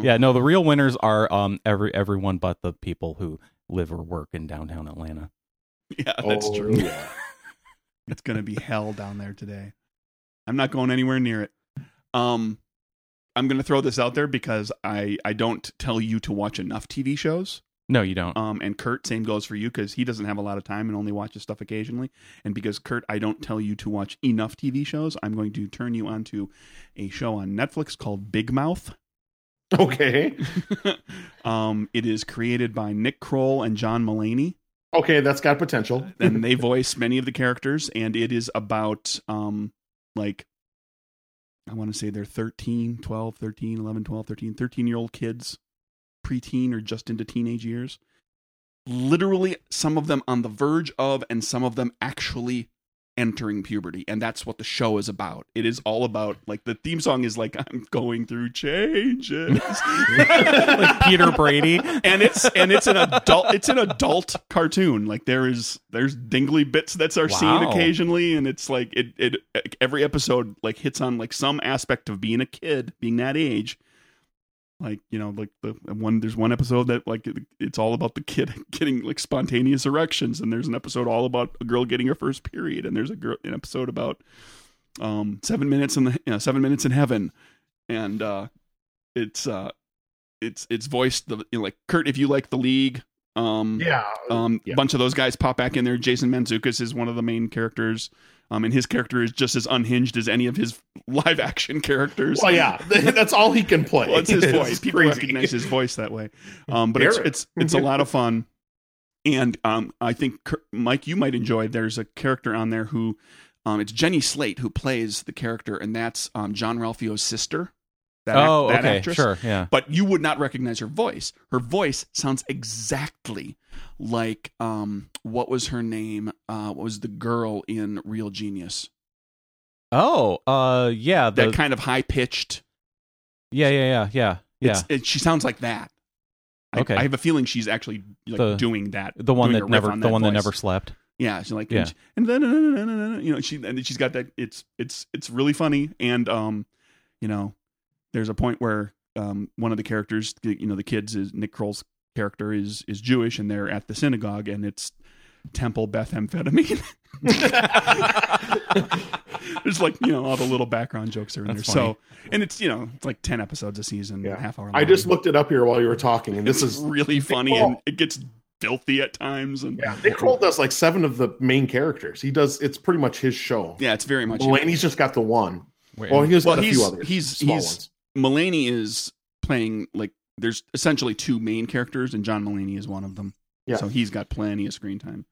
B: Yeah, no, the real winners are um every everyone but the people who live or work in downtown Atlanta.
D: Yeah, (laughs) that's
C: Oh,
D: true.
C: yeah.
D: It's going to be hell down there today. I'm not going anywhere near it. Um I'm going to throw this out there because I I don't tell you to watch enough TV shows.
B: No,
D: (laughs)
B: you don't. (laughs)
D: Um, and Kurt, same goes for you because he doesn't have a lot of time and only watches stuff occasionally. And because Kurt, I don't tell you to watch enough TV shows, I'm going to turn you onto a show on Netflix called Big Mouth. (laughs)
C: Okay.
D: um, it is created by Nick Kroll and John Mullaney.
C: Okay, that's got potential. (laughs)
D: and they voice many of the characters and it is about um like i want to say they're 13 12 13 11 12 13 13 year old kids preteen or just into teenage years literally some of them on the verge of and some of them actually entering puberty and that's what the show is about it is all about like the theme song is like i'm going through changes (laughs)
B: like Peter Brady.
D: and it's and it's an adult it's an adult cartoon like there is there's dingly bits that's are seen
B: Wow.
D: occasionally and it's like it it every episode like hits on like some aspect of being a kid being that age like you know like the one there's one episode that like it- it's all about the kid (laughs) getting like spontaneous erections and there's an episode all about a girl getting her first period and there's a girl an episode about um 7 minutes in the you know, 7 minutes in heaven and uh it's uh it's it's voiced the you know, like Kurt if you like the league um
C: Yeah.
D: um
C: Yeah.
D: bunch of those guys pop back in there Jason Manzukis is one of the main characters um and his character is just as unhinged as any of his (laughs) live action characters
C: Well, yeah, (laughs) that's all he can play.
D: well, it's
B: (laughs)
D: his
C: (laughs) It's
D: voice. People
C: crazy.
D: recognize his voice that way. Um, but it's,
C: Garrett.
D: it's it's a
B: Mm-hmm.
D: lot of fun, and um, I think Cur- Mike, you might enjoy. There's a character on there who, um, it's Jenny Slate who plays the character, and that's um, John Ralphio's sister. That act-
B: oh,
D: that
B: okay,
D: actress
B: sure, yeah.
D: but you would not recognize her voice. Her voice sounds exactly like um what was her name? Uh what was the girl in Real Genius?
B: Oh, uh, yeah, the,
D: that kind of high pitched.
B: yeah, yeah, yeah, yeah, yeah.
D: It, she sounds like that. I,
B: Okay.
D: I have a feeling she's actually like
B: The-
D: doing that.
B: the one
D: doing a
B: that
D: riff
B: never,
D: on
B: the one that
D: voice. (laughs)
B: never slept.
D: Yeah, she's like,
B: Yeah.
D: and, she, and then you know, she and then she's got that. It's it's it's really funny, and um, you know, there's a point where um, one of the characters, you know, the kids is Nick Kroll's character is is Jewish, and they're at the synagogue, and it's temple methamphetamine. (laughs) There's like you know all the little background jokes are in
B: That's
D: there.
B: funny.
D: So and it's you know it's like ten episodes a season,
C: Yeah.
D: half hour. Long.
C: I just looked it up here while you were talking, and this
D: It's
C: is
D: really funny, and it gets filthy at times, and
C: yeah. Nick Kroll does like seven of the main characters. He does. It's pretty much his show.
D: yeah, it's very much.
C: Mulaney's just got the one.
B: Wait,
D: (laughs)
C: Well, he's
D: Well,
C: got a
D: he's-
C: few others.
D: he's-
C: small
D: he's-
C: ones.
D: Mulaney is playing like there's essentially two main characters, and John Mulaney is one of them.
C: Yeah.
D: So he's got plenty of screen time.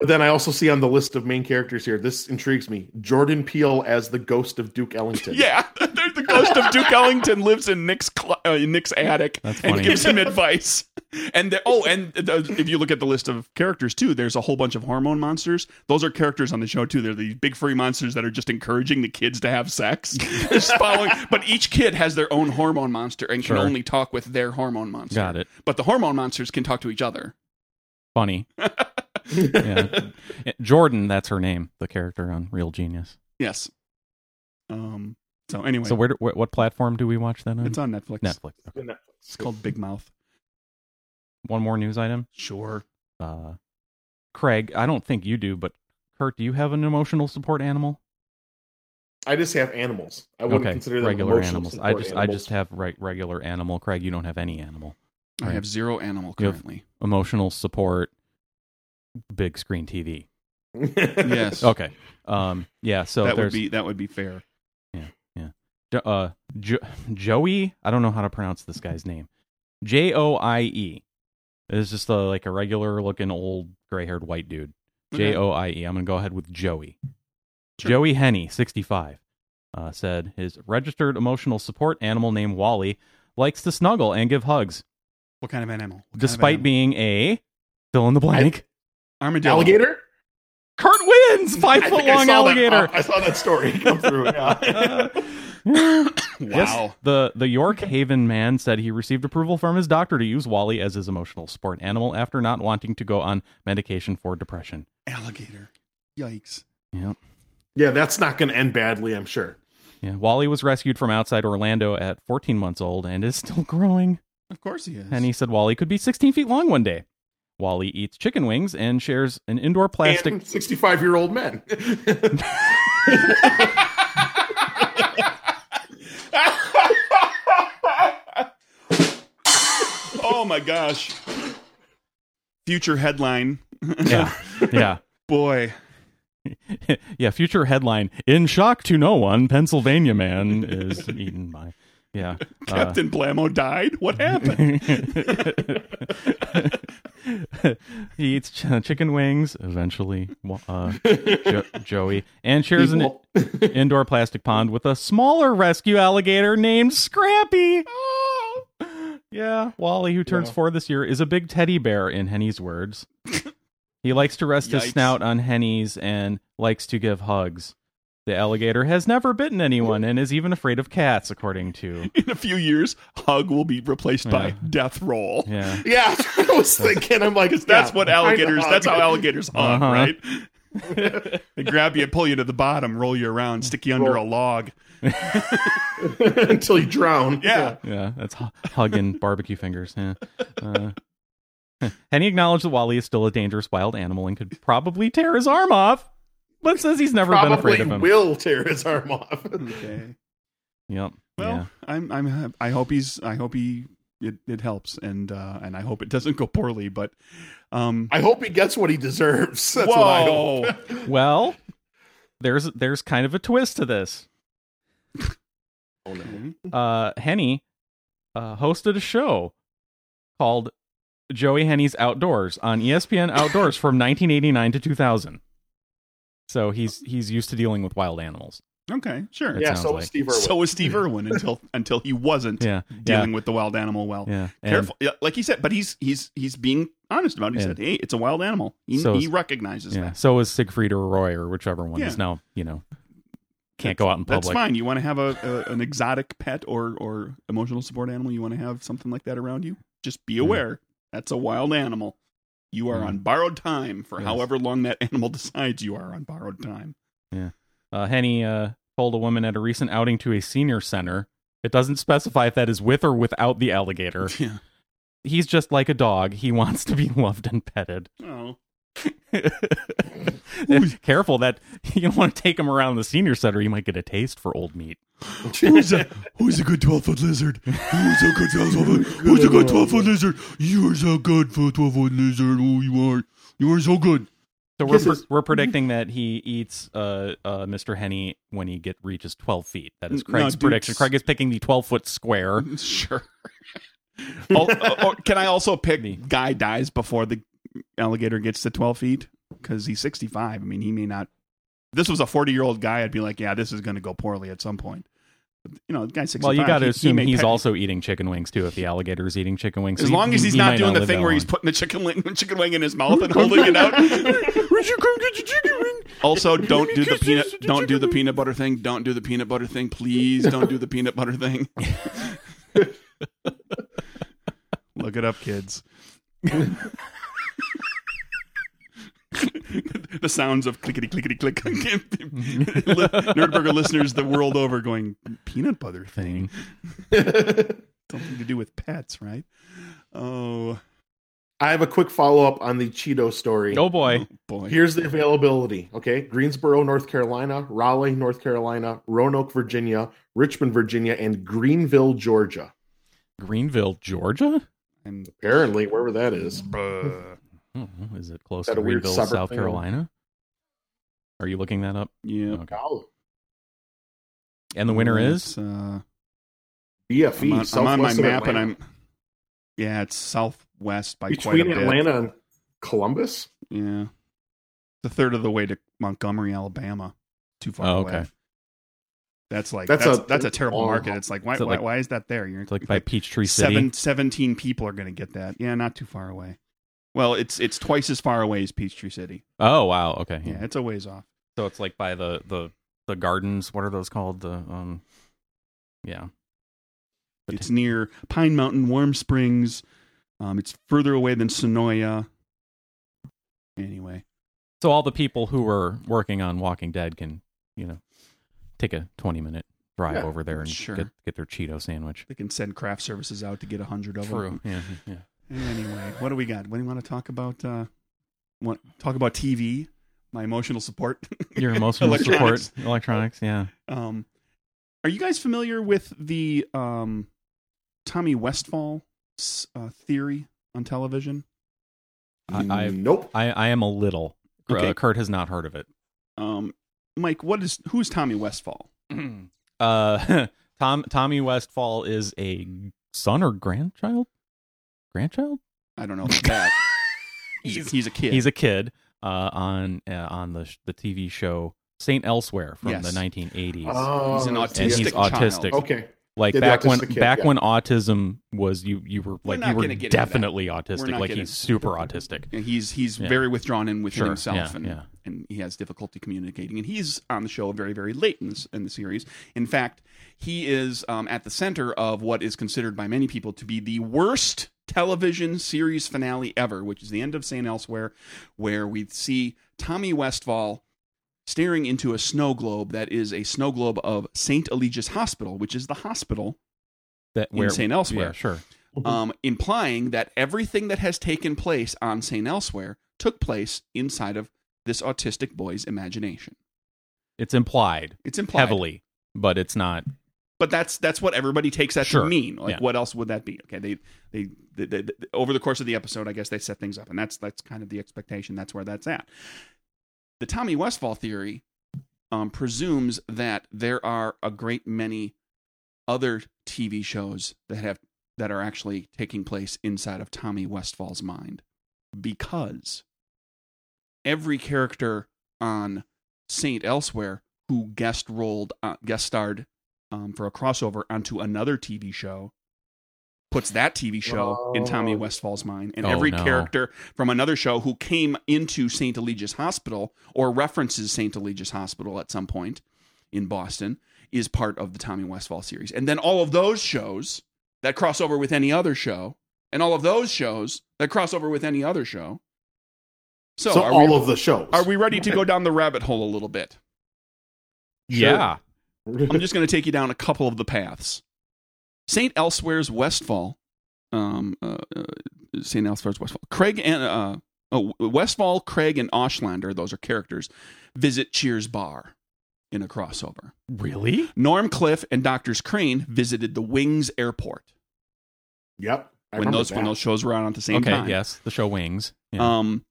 C: But then I also see on the list of main characters here. This intrigues me. Jordan Peele as the ghost of Duke
D: (laughs)
C: Ellington. (laughs)
D: Yeah, the ghost of Duke Ellington lives in Nick's cl- uh, in Nick's attic
B: That's
D: and
B: funny. (laughs)
D: gives him advice. And the, oh, and the, if you look at the list of characters too, there's a whole bunch of hormone monsters. Those are characters on the show too. They're these big furry monsters that are just encouraging the kids to have
B: (laughs)
D: sex. Just following, but each kid has their own hormone monster and
B: Sure.
D: can only talk with their hormone monster.
B: got it.
D: But the hormone monsters can talk to each other.
B: Funny.
D: (laughs)
B: yeah. Eh, Jordan, that's her name, the character on Real Genius.
D: Yes. Um. So anyway,
B: So where, do, wh- what platform do we watch that on?
D: it's on Netflix.
B: Netflix.
D: It's called Big Mouth.
B: One more news item.
D: Sure.
B: Uh, Craig, I don't think you do, but Kurt, do you have an emotional support animal?
C: I just have animals. I wouldn't
B: okay,
C: consider them
B: regular
C: emotional
B: animals. I
C: support
B: just, I
C: animals.
B: just have re- regular animal. Craig, you don't have any animal.
D: I
B: Right.
D: have zero animal
B: You have- (laughs)
D: currently.
B: Emotional support, big screen TV.
C: (laughs)
D: yes.
B: Okay. Um. Yeah. So
D: that would
B: Oh, there's
D: be that would be fair.
B: Jo- uh, jo- Joey. I don't know how to pronounce this guy's name. J O I E. It's just a, like a regular looking old gray haired white dude. J O I E. I'm gonna go ahead with Joey.
D: Sure.
B: Joey Henny, 65, uh, said his registered emotional support animal named Wally likes to snuggle and give hugs,
D: What kind of animal? What kind of
B: despite
D: animal?
B: being a fill in the blank.
D: armadillo.
C: alligator.
B: Kurt wins five
C: I
B: foot
C: think I
B: long
C: saw that
B: alligator.
C: up. I saw that story come through. Yeah.
D: Wow.
B: The the York Haven man said he received approval from his doctor to use Wally as his emotional support animal after not wanting to go on medication for depression.
D: Alligator. Yikes.
B: Yeah.
C: (laughs) yeah, that's not going to end badly, I'm sure.
B: Yeah. Wally was rescued from outside Orlando at 14 months old and is still growing.
D: Of course he is.
B: And he said Wally could be 16 feet long one day. Wally eats chicken wings and shares an indoor plastic.
C: And 65 year old men.
D: (laughs) oh my gosh. Future headline.
B: (laughs) yeah. Yeah. (laughs)
D: Boy.
B: yeah. Future headline In shock to no one, Pennsylvania man is eaten by. Yeah. uh, (laughs)
D: Captain Blamo died. What happened?
B: he eats ch- chicken wings eventually. wa- Uh, jo- Joey and shares an
C: People-
B: indoor plastic pond with a smaller rescue alligator named Scrappy. Yeah, Wally, who turns
C: Yeah.
B: four this year, is a big teddy bear in Henny's
C: (laughs)
B: words. he likes to rest
D: Yikes.
B: his snout on Henny's and likes to give hugs. The alligator has never bitten anyone and is even afraid of cats, according to.
D: In a few years, hug will be replaced by
B: Yeah.
D: death roll.
B: Yeah.
C: yeah, I
B: (laughs)
C: was thinking. I'm like,
D: Because that's
C: yeah,
D: what
C: kinda
D: alligators. That's how
C: odd.
D: alligators hug,
B: Uh-huh.
D: right?
C: (laughs)
D: they grab you, pull you to the bottom, roll you around, stick you under a log.
C: (laughs) until you drown.
D: Yeah.
B: Yeah, that's hu-
C: (laughs)
B: hugging barbecue fingers. Yeah. Uh, (laughs) Henny acknowledged that Wally is still a dangerous wild animal and could probably tear his arm off, but says he's never been
C: probably
B: afraid of him.
C: will tear his arm off. (laughs)
D: Okay.
B: Yep.
D: Well,
B: yeah.
D: I'm, I'm, I hope he's, I hope he, it, it helps, and uh, and I hope it doesn't go poorly. But, um,
C: I hope he gets what he deserves. (laughs) That's what I hope.
D: whoa,
C: (laughs)
B: Well, there's there's kind of a twist to this.
C: Oh, no.
B: uh, Henny uh, hosted a show called Joey Henny's Outdoors on E ESPN Outdoors from 1989 to 2000. So he's he's used to dealing with wild animals.
D: okay, sure.
B: That
C: yeah,
B: sounds
C: so was
B: like-
C: Steve Irwin.
D: So
C: (laughs)
D: was Steve Irwin until until he wasn't
B: Yeah,
D: dealing with the wild animal well.
B: yeah, yeah. And
D: Careful, yeah, like he said, but he's he's he's being honest about it. He
B: And-
D: said, "Hey, it's a wild animal." He,
B: So-
D: he recognizes
B: yeah.
D: that.
B: So is Siegfried or Roy or whichever one
D: Yeah.
B: is now you know can't go out in
D: That's
B: public.
D: fine. You want to have a, a an exotic pet or or emotional support animal. You want to have something like that around you. Just
B: Mm.
D: be aware that's a wild animal. You are
B: Mhm.
D: on borrowed time for
B: Yes.
D: however long that (laughs) animal decides you are on borrowed time.
B: Uh, Henny uh, told a woman at a recent outing to a senior center. It doesn't specify if that is with or without the alligator.
D: Yeah.
B: He's just like a dog. He (laughs) wants to be loved and petted. (laughs)
D: Oh.
B: Careful that you don't want to take him around the senior center. You might get a taste for old meat.
A: Who's a who's a good twelve foot lizard? Who's a good twelve
B: (laughs)
A: foot? Who's a good twelve foot lizard? You're so good for twelve foot lizard. Oh, you are. You are so
C: (laughs)
A: good.
B: So we're
C: Kisses.
B: we're predicting that he eats uh, uh, Mr. Henny when he get reaches twelve feet. That is
D: No,
B: Craig's
D: dude,
B: prediction.
D: it's-
B: Craig is picking the twelve foot square.
D: Sure. oh, oh, oh, can I also pick
B: Me.
D: guy dies before the alligator gets to 12 feet? Because he's 65. I mean, he may not. This was a 40 year old guy. I'd be like, yeah, this is going to go poorly at some point. But, you know, the guy's 65.
B: Well, you got to
D: he- he
B: assume
D: may
B: he's
D: pet-
B: also eating chicken wings too. If the alligator is eating chicken wings,
D: As
B: So
D: long
B: he-
D: as he's
B: he
D: not
B: might
D: doing the
B: live
D: thing
B: that
D: where he's
B: long.
D: putting the chicken (laughs) wing, chicken wing in his mouth and holding
B: (laughs)
D: it out. also, don't do the peanut. Don't do the peanut butter thing. Don't do the peanut butter thing, please. Don't do the peanut butter
B: (laughs)
D: thing. Look it up, kids. the sounds of clickety clickety
B: (laughs)
D: click.
B: Mm-hmm.
D: (laughs) Nerdburger listeners the world over going peanut butter thing
B: (laughs) thing.
D: something to do with pets, right? Oh
C: I have a quick follow up on the Cheeto story.
B: Oh boy,
D: boy.
C: Here's the availability. Okay. Greensboro, North Carolina, Raleigh, North Carolina, Roanoke, Virginia, Richmond, Virginia, and Greenville, Georgia.
D: Oh.
B: Greenville, Georgia.
D: And
C: Apparently, wherever that is.
B: Oh, is it close
C: Is that
B: to
C: a weird
B: Greenville,
C: suburb
B: South
C: thing?
B: Carolina? Are you looking that up?
D: yeah.
B: Okay.
C: Wow.
B: And the winner is
D: It's, uh,
C: BFE.
D: I'm on, I'm on my
C: southwestern
D: map and
C: E, Atlanta.
D: I'm Yeah, it's southwest by
C: between
D: quite a
C: Atlanta and Columbus.
D: bit. Yeah. The third of the way to Montgomery, Alabama. Too far
B: Oh,
D: away.
B: okay.
D: That's like that's
C: That's a-
D: that's a, terrible
C: long
D: market.
C: haul.
D: It's like why,
B: Is it
D: why
B: like-
D: why is that there? You're
B: it's like by Peachtree City.
D: seven, 17 people are going to get that. Yeah, not too far away. Well, it's it's twice as far away as Peachtree City.
B: Oh wow, okay.
D: Yeah, it's a ways off.
B: So it's like by the the the gardens. What are those called? The um, yeah, But-
D: It's near Pine Mountain, Warm Springs. Um, it's further away than Sonoya. Anyway,
B: So all the people who were working on Walking Dead can, you know, take a twenty minute drive
C: Yeah,
B: over there and
D: sure.
B: get get their Cheeto sandwich.
D: they can send craft services out to get a hundred of (laughs) them.
B: Yeah, yeah.
D: Anyway, what do we got? What do you want to talk about? Uh, want talk about TV? My emotional support.
B: (laughs) Your emotional
D: Electronics. (laughs)
B: support, electronics. Yeah.
D: Um, are you guys familiar with the um, Tommy Westfall s- uh, theory on television?
B: I- I-
C: Mm, nope.
B: I I am a little. Uh,
D: Okay.
B: Kurt has not heard
D: (clears throat)
B: of it.
D: Um, Mike, what is who's Tommy Westfall?
B: uh, (laughs) Tom Tommy Westfall is a son or grandchild, grandchild. (laughs)
D: I don't know about that. He's, he's a kid.
B: He's a kid uh, on uh, on the sh- the TV show Saint Elsewhere from
D: Yes.
B: the 1980s,
C: Oh,
D: he's an
C: I see.
B: and he's
D: Autistic child.
B: autistic.
C: Okay.
B: Like
C: Yeah, the
B: back when
C: autistic kid,
B: back
C: yeah.
B: when autism was you you were like
D: not
B: you were
D: gonna get into that.
B: definitely
D: We're
B: autistic.
D: not
B: Like
D: getting-
B: he's super autistic.
D: And he's he's
B: Yeah.
D: very withdrawn in within
B: Sure,
D: himself,
B: yeah,
D: and
B: yeah.
D: and he has difficulty communicating. And he's on the show very very late in, this, in the series. In fact, he is um, at the center of what is considered by many people to be the worst television series finale ever, which is the end of Saint Elsewhere, where we see Tommy Westfall staring into a snow globe that is a snow globe of Saint Allegius Hospital, which is the hospital
B: That
D: in Saint Elsewhere
B: Yeah, sure.
D: um, implying that everything that has taken place on St. Elsewhere took place inside of this autistic boy's imagination.
B: It's implied,
D: It's implied,
B: heavily, but it's not.
D: but that's that's what everybody takes that
B: Sure.
D: to mean. Like,
B: Yeah.
D: what else would that be? Okay, they they, they, they they- over the course of the episode, I guess they set things up, and that's that's kind of the expectation. That's where that's at. The Tommy Westfall theory um, presumes that there are a great many other TV shows that have that are actually taking place inside of Tommy Westfall's mind because every character on Saint Elsewhere who guest rolled uh, guest starred um, for a crossover onto another TV show puts that TV show in Tommy
C: Oh.
D: Westfall's mind and
B: Oh,
D: every
B: no.
D: character from another show who came into St. Allegius Hospital or references St. Allegius Hospital at some point in Boston is part of the Tommy Westfall series. And then all of those shows that cross over with any other show, and all of those shows that cross over with any other show. So,
C: So,
D: are,
C: all
D: we,
C: of the shows.
D: are we ready to go down the rabbit hole a little bit?
B: Yeah,
D: I'm just going to take you down a couple of the paths. Saint Elsewhere's Westfall, um, uh, uh, Saint Elsewhere's Westfall. Craig and uh, oh, Westfall, Craig and Oshlander, those are characters, visit Cheers Bar in a crossover.
B: really?
D: Norm Cliff and Doctors Crane visited the Wings Airport
C: (laughs) Yep. I
D: when
C: remember
D: those when
C: that.
D: those
C: (laughs)
D: shows were out at the same
B: okay.
D: time.
B: Yes, the show Wings. Yeah.
D: Um,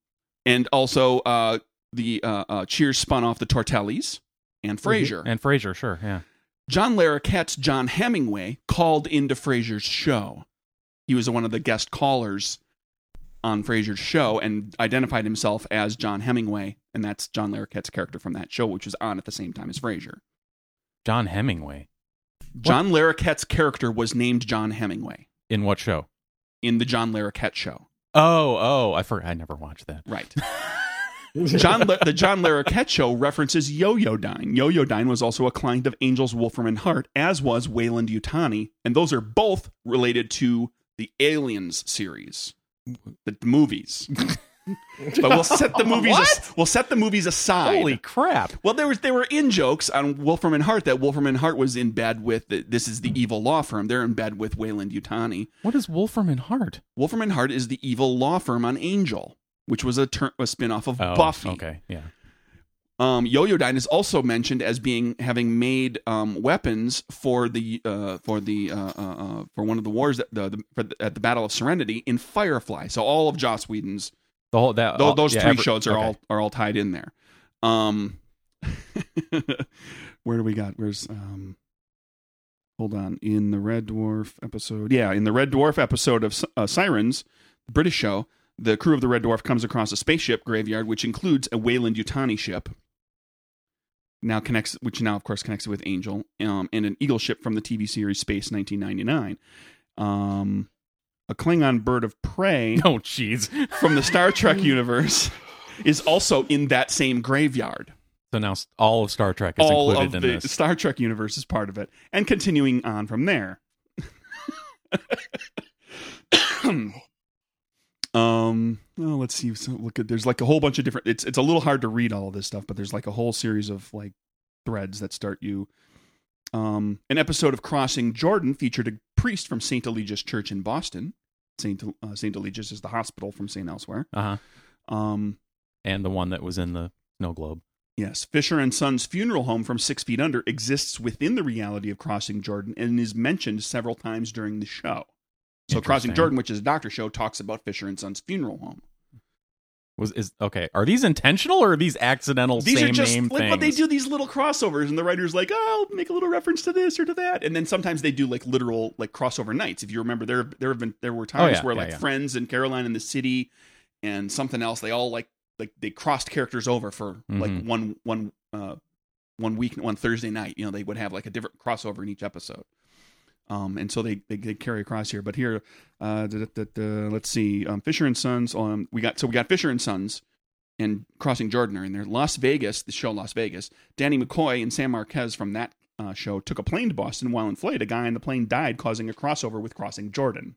D: and also uh, the uh, uh, Cheers spun off the Tortellis and Frasier.
B: Mm-hmm. and Frasier, sure. Yeah.
D: John Larroquette's John Hemingway called into Frasier's show. He was one of the guest callers on Frasier's show and identified himself as John Hemingway, and that's John Larroquette's character from that show, which was on at the same time as Frasier.
B: John Hemingway.
D: John Larroquette's character was named John Hemingway
B: In what show?
D: in the John Larroquette show.
B: Oh, oh, I forgot. I never watched that.
D: Right. John La- the John Larroquette show references Yo-Yo Dine. Yo-Yo Dine was also a client of Angels Wolfram and Hart, as was Wayland Utani, and those are both related to the Aliens series, the movies. but we'll set the movies. as- we'll set the movies aside.
B: Holy crap!
D: well, there was there were in jokes on Wolfram and Hart that Wolfram and Hart was in bed with. This is the evil law firm. They're in bed with Wayland Utani.
B: What is Wolfram and Hart?
D: Wolfram and Hart is the evil law firm on Angel, which was a, ter- a spin-off of
B: Oh,
D: Buffy.
B: Okay, yeah.
D: Um, Yo-Yo Dine is also mentioned as being having made um, weapons for the uh, for the uh, uh, uh, for one of the wars that the, the, for the at the Battle of Serenity in Firefly. So all of Joss Whedon's
B: The whole that
D: tho-
B: all-
D: those
B: yeah,
D: three
B: every-
D: shows are
B: okay.
D: all are all tied in there. Um, (laughs) where do we got? Where's um, hold on in the Red Dwarf episode? Yeah, in the Red Dwarf episode of S- uh, Sirens, the British show. The crew of the Red Dwarf comes across a spaceship graveyard, which includes a Wayland Yutani ship. Now connects, which now of course connects with Angel, um, and an eagle ship from the TV series Space 1999. Um, a Klingon bird of prey
B: (laughs) Oh, jeez.
D: from the Star Trek universe is also in that same graveyard.
B: So now s- all of Star Trek is
D: All of
B: included
D: the
B: in this.
D: Star Trek universe is part of it, and continuing on from there. (coughs) um, well, let's see. So look, at, there's like a whole bunch of different. It's it's a little hard to read all of this stuff, but there's like a whole series of like threads that start you. Um, an episode of Crossing Jordan featured a priest from St. Allegius Church in Boston. St. Uh, St. Allegius is the hospital from St. Elsewhere.
B: Uh huh.
D: Um,
B: And the one that was in the snow globe.
D: yes, Fisher and Son's funeral home from Six Feet Under exists within the reality of Crossing Jordan and is mentioned several times during the show. So Crossing
B: Interesting.
D: Jordan, which is a doctor show, talks about Fisher and Son's funeral home.
B: was is okay. Are these intentional or are these accidental
D: These
B: same
D: are just
B: name
D: like
B: things?
D: what they do these little crossovers, and the writer's like, "Oh, I'll make a little reference to this or to that," and then sometimes they do like literal like crossover nights. If you remember, there there have been there were times
B: Oh, yeah,
D: where
B: yeah,
D: like
B: yeah.
D: Friends and Caroline in the City and something else. They all like like they crossed characters over for like
B: Mhm.
D: one one uh one week one Thursday night. You know, they would have like a different crossover in each episode. Um, and so they, they they carry across here, but here, uh, da, da, da, da, let's see, um, Fisher and Sons. Um, we got so we got Fisher and Sons, and Crossing Jordan are in there. Las Vegas, the show Las Vegas. Danny McCoy and Sam Marquez from that uh, show took a plane to Boston while in flight. A guy on the plane died, causing a crossover with Crossing Jordan.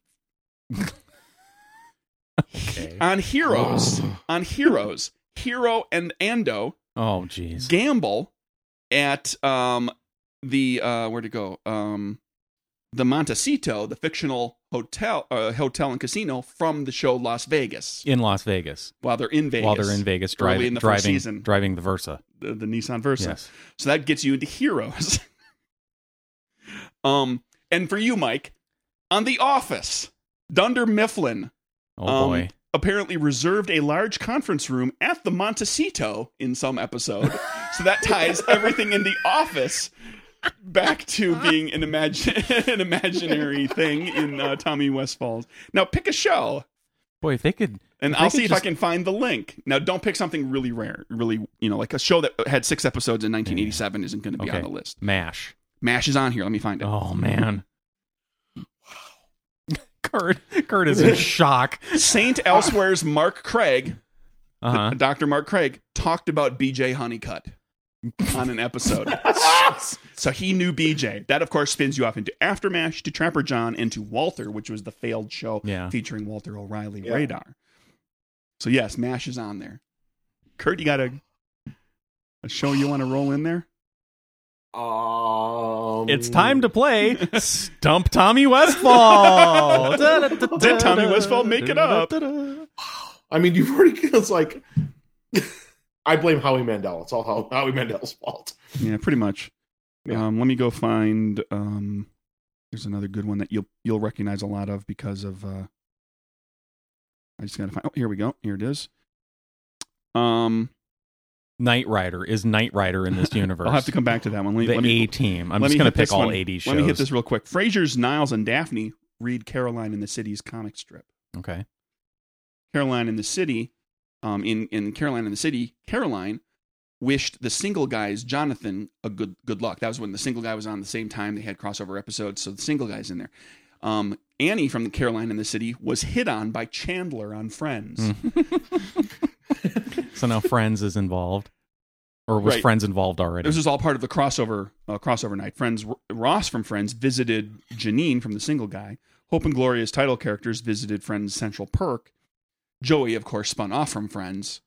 B: Okay.
D: (laughs) On Heroes, on Heroes, Hero and Ando
B: Oh, jeez.
D: gamble at um, the uh, where to go um, the Montecito, the fictional hotel uh, hotel and casino from the show Las Vegas.
B: In Las Vegas,
D: While they're in Vegas,
B: while they're in Vegas,
D: Early
B: driving,
D: in the first
B: driving,
D: season.
B: driving the Versa.
D: the, the Nissan Versa.
B: Yes.
D: So that gets you into Heroes. (laughs) um, and for you, Mike, on The Office, Dunder Mifflin
B: Oh
D: Um,
B: boy.
D: apparently reserved a large conference room at the Montecito in some episode. so that
B: (laughs)
D: ties everything in The Office back to being an imagine (laughs) an imaginary thing in uh, Tommy Westfall's. Now pick a show.
B: Boy, if they could.
D: And
B: If they
D: I'll
B: could
D: see if I
B: just-
D: can find the link. Now, don't pick something really rare, really, you know, like a show that had six episodes in 1987 isn't going to be
B: Okay.
D: on the list.
B: Mash.
D: Mash is on here. Let me find it.
B: Oh man. (laughs) Kurt. Kurt
D: (laughs)
B: is in shock. (laughs)
D: Saint Elsewhere's Mark Craig,
B: Uh
D: Dr. Mark Craig, talked about BJ Honeycutt on an episode.
B: (laughs)
D: so he knew BJ. That, of course, spins you off into Aftermash, to Trapper John, and to Walter, which was the failed show
B: Yeah.
D: featuring Walter O'Reilly
C: Yeah.
D: Radar. So, yes, MASH is on there. Kurt, you got a, a show you want to roll in there?
C: Um,
B: It's time
D: (laughs)
B: to play Stump Tommy Westfall.
D: Did Tommy Westfall make it up?
C: I mean, you've already. (laughs) It's like I blame Howie Mandel. It's all How- Howie Mandel's fault.
D: Yeah, pretty much.
C: Yeah.
D: Um, let me go find. Um, there's another good one that you'll you'll recognize a lot of because of. Uh, I just gotta find. Oh, here we go. Here it is. Um,
B: Knight Rider is Knight Rider in this (laughs) universe.
D: I'll have to come back to that one. Let me,
B: the
D: let me,
B: A team. I'm
D: let
B: just
D: me
B: going to
D: hit this
B: pick all
D: one.
B: 80 shows.
D: Let me hit this real quick. Frasier's Niles and Daphne read Caroline in the City's comic strip.
B: Okay.
D: Caroline in the City, um, in in Caroline in the City, Caroline wished the single guys Jonathan a good good luck. That was when the single guy was on the same time. They had crossover episodes, so the single guy's in there. Um, Annie from the Caroline in the City was hit on by Chandler on Friends.
B: So now Friends is involved, or was
D: Right.
B: Friends involved already?
D: This is all part of the crossover uh, crossover night. Friends Ross from Friends visited Janine from the single guy. Hope and Gloria's title characters visited Friends Central Perk. Joey, of course, spun off from Friends.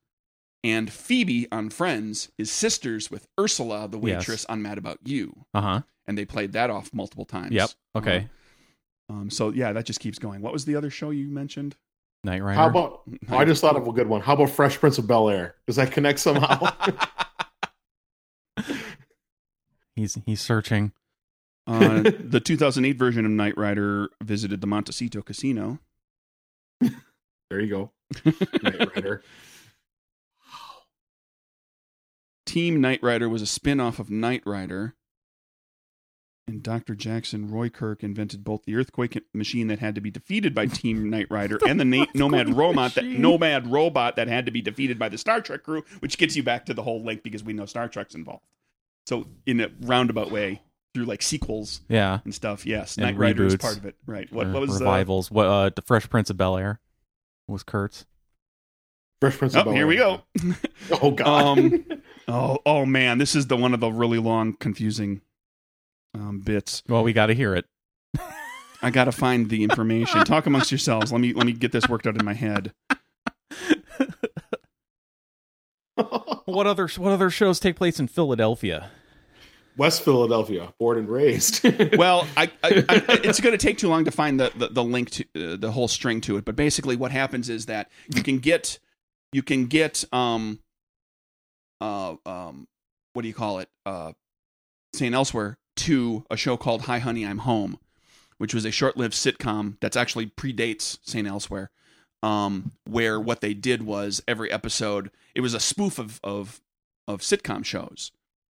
D: And Phoebe on Friends is sisters with Ursula, the
B: Yes.
D: waitress on Mad About You.
B: Uh huh.
D: And they played that off multiple times. Uh-huh.
B: Yep. Okay.
D: Um, so, yeah, that just keeps going. What was the other show you mentioned?
B: Knight Rider.
C: How about? I just thought of a good one. How about Fresh Prince of Bel Air? Does that connect
D: (laughs)
C: somehow? (laughs)
B: he's he's searching.
D: Uh, (laughs) the 2008 version of Knight Rider visited the Montecito Casino.
C: there
D: (laughs)
C: you go, Knight Rider.
D: Team Knight Rider was a spin off of Knight Rider. And Dr. Jackson Roy Kirk invented both the earthquake machine that had to be defeated by Team Knight Rider and the na- Nomad robot that Nomad robot that had to be defeated by the Star Trek crew, which gets you back to the whole link because we know Star Trek's involved. So in a roundabout way, through like sequels
B: Yeah.
D: and stuff, yes,
B: And
D: Knight Rider is
B: reboots.
D: part of it. Right. What,
B: Or
D: what was the Oh,
B: revivals? What uh, the Fresh Prince of Bel Air was Kurt's.
C: Fresh Prince of
D: Oh,
C: Bel Air.
D: here we go.
C: Oh God.
D: Um, oh, oh man, this is the one of the really long, confusing um, bits.
B: Well, we got to hear it.
D: I gotta find the information. Talk amongst yourselves. Let me let me get this worked out in my head. Um,
B: What other what other shows take place in Philadelphia?
C: (laughs) West Philadelphia, born and raised.
D: (laughs) Well, I, I, I it's gonna take too long to find the the, the link to uh, the whole string to it. But basically, what happens is that you can get you can get um uh um what do you call it uh St. Elsewhere to a show called Hi Honey I'm Home, which was a short-lived sitcom that's actually predates St. Elsewhere. Um, where what they did was every episode it was a spoof of of of sitcom shows.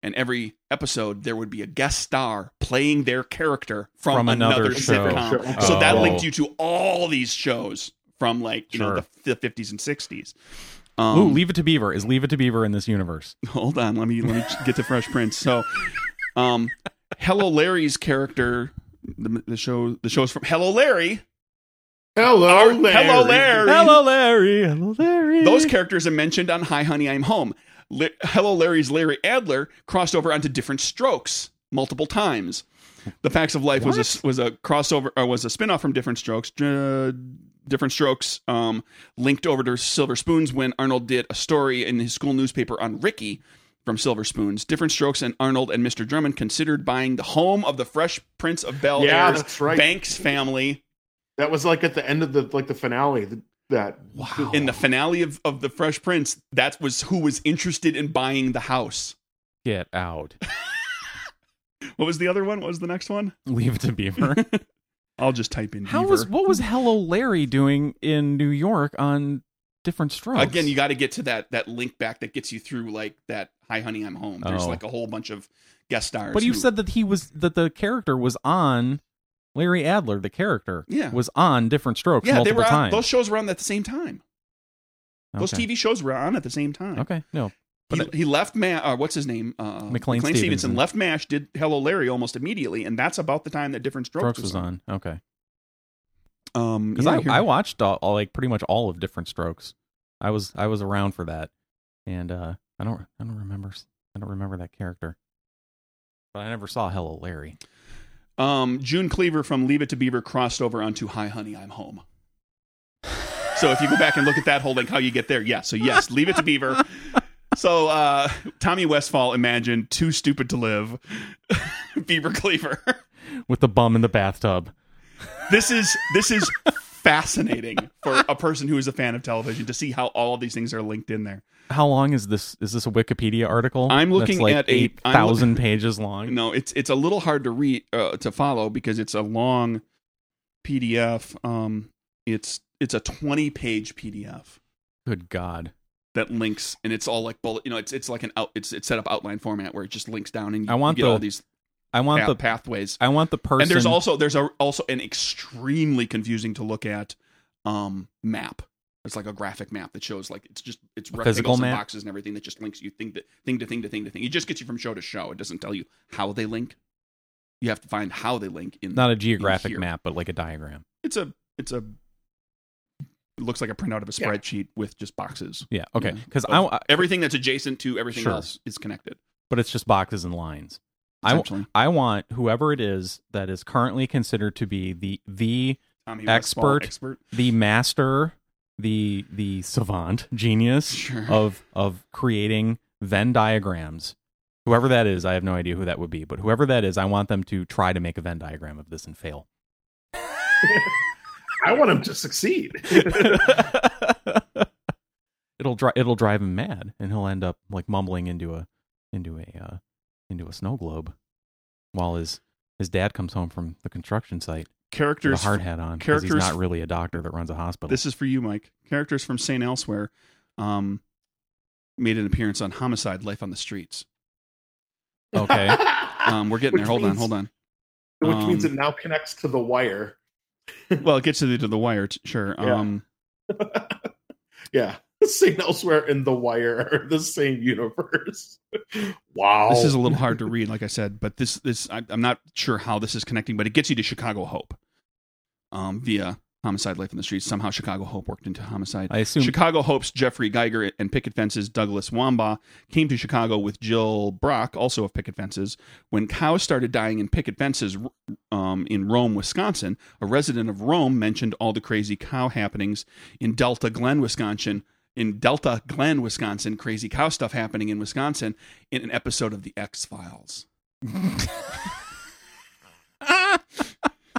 D: And every episode there would be a guest star playing their character from,
B: From another show.
D: sitcom.
C: Sure.
D: So that
B: Oh.
D: linked you to all these shows from like you know the,
B: Sure.
D: the 50s and 60s.
B: Ooh,
D: Um,
B: Leave It to Beaver is Leave It to Beaver in this universe.
D: (laughs) hold on let me let me get to fresh prince so um hello larry's character the, the show the show's from hello larry
C: (laughs) Hello, Larry.
D: hello larry
B: Hello, Larry. Hello, Larry.
D: those characters are mentioned on hi honey i'm home La- hello larry's larry adler crossed over onto different strokes multiple times the facts of life was a was a crossover or was a spin-off from different strokes uh, different strokes um linked over to silver spoons when arnold did a story in his school newspaper on ricky from Silver Spoons, Different Strokes and Arnold and Mr. Drummond considered buying the home of the Fresh Prince of Bel
C: Yeah,
D: Air's
C: that's right.
D: Banks family
C: That was like at the end of the like the finale. th- That
B: Wow.
D: in the finale of, of the Fresh Prince, that was who was interested in buying the house.
B: Get out. (laughs)
D: What was the other one? What was the next one?
B: Leave It
D: (laughs)
B: to Beaver.
D: I'll just type in.
B: How
D: Beaver.
B: was what was Hello Larry doing in New York on different strokes?
D: again? You got to get to that that link back that gets you through like that. Hi, honey, I'm home. There's
B: Oh.
D: like a whole bunch of guest stars.
B: But you
D: who-
B: said that he was that the character was on Larry Adler, the character,
D: Yeah.
B: was on different strokes
D: yeah, they
B: multiple
D: were on,
B: times.
D: those shows were on at the same time. Those
B: Okay.
D: TV shows were on at the same time.
B: Okay, no,
D: He,
B: But
D: he left Ma- uh, what's his name? Uh,
B: McLean
D: Stevenson.
B: Stevenson.
D: left MASH, did Hello Larry almost immediately, and that's about the time that Different Strokes,
B: strokes was on. Okay,
D: Um,
B: because
D: yeah, here-
B: I I watched all, all- like pretty much all of different strokes. I was I was around for that, and uh, I don't I don't remember I don't remember that character, but I never saw Hello Larry.
D: Um, June Cleaver from Leave It to Beaver crossed over onto Hi Honey, I'm Home. So if you go back and look at that whole like how you get there, yeah. So yes, Leave It to Beaver. So uh, Tommy Westfall imagined Too Stupid to Live, (laughs) Beaver Cleaver.
B: with the bum in the bathtub.
D: This is this is fascinating for a person who is a fan of television to see how all of these things are linked in there.
B: How long is this? Is this a Wikipedia article?
D: I'm
B: that's
D: looking
B: like
D: at a-
B: eight
D: I'm look-
B: thousand pages long.
D: No, it's it's a little hard to read uh, to follow because it's a long PDF. Um, it's it's a 20 page PDF.
B: Good God!
D: that links and it's all like bullet you know it's it's like an out it's it's set up outline format where it just links down and you,
B: I want
D: you get all
B: the-
D: these
B: I want
D: path-
B: the
D: pathways
B: I want the person.
D: and there's also there's a, also an extremely confusing to look at um map it's like a graphic map that shows like it's just it's
B: physical
D: rectangles and
B: map?
D: boxes and everything that just links you thing to thing to thing to thing to thing it just gets you from show to show it doesn't tell you how they link you have to find how they link in
B: not a geographic
D: here.
B: map, but like a diagram.
D: it's a it's a it looks like a printout of a
C: Yeah.
D: spreadsheet with just boxes
B: Yeah, okay.
D: Yeah.
B: Because
D: Of
B: I, I-
D: everything that's adjacent to everything
B: Sure.
D: else is connected
B: but it's just boxes and lines. I w-
D: essentially.
B: I want whoever it is that is currently considered to be the the
D: Tommy
B: Expert.
D: Westphal, expert.
B: the master, the the savant genius
D: Sure.
B: of of creating Venn diagrams. Whoever that is, I have no idea who that would be, but whoever that is, I want them to try to make a Venn diagram of this and fail.
D: (laughs)
C: I want him to succeed.
B: it'll drive it'll drive him mad, and he'll end up like mumbling into a into a uh, into a snow globe while his his dad comes home from the construction site with a
D: Characters.
B: hard hat on because he's
D: characters-
B: not really a doctor that runs a hospital.
D: This is for you, Mike. Characters from St. Elsewhere um, made an appearance on Homicide: Life on the Streets.
C: (laughs)
B: okay,
D: (laughs) Um, we're getting there.
C: Ah, Which
D: Hold on,
C: means-
D: hold on.
C: Which means
D: Um,
C: it now connects to the wire.
D: Well, it gets to the, to the wire. T- sure.
C: Yeah.
D: Um,
C: Yeah. (laughs) St. Elsewhere and The Wire are the same universe. (laughs) Wow.
D: This is a little
C: (laughs)
D: hard to read, like I said, but this this I, I'm not sure how this is connecting, but it gets you to Chicago Hope um, via Homicide: Life on the Streets. Somehow, Chicago Hope worked into Homicide.
B: I assume
D: Chicago Hope's Jeffrey Geiger and Picket Fences Douglas Wamba came to Chicago with Jill Brock, also of Picket Fences. When cows started dying in Picket Fences um, in Rome, Wisconsin, a resident of Rome mentioned all the crazy cow happenings in Delta Glen, Wisconsin. In Delta Glen, Wisconsin, crazy cow stuff happening in Wisconsin in an episode of The X Files.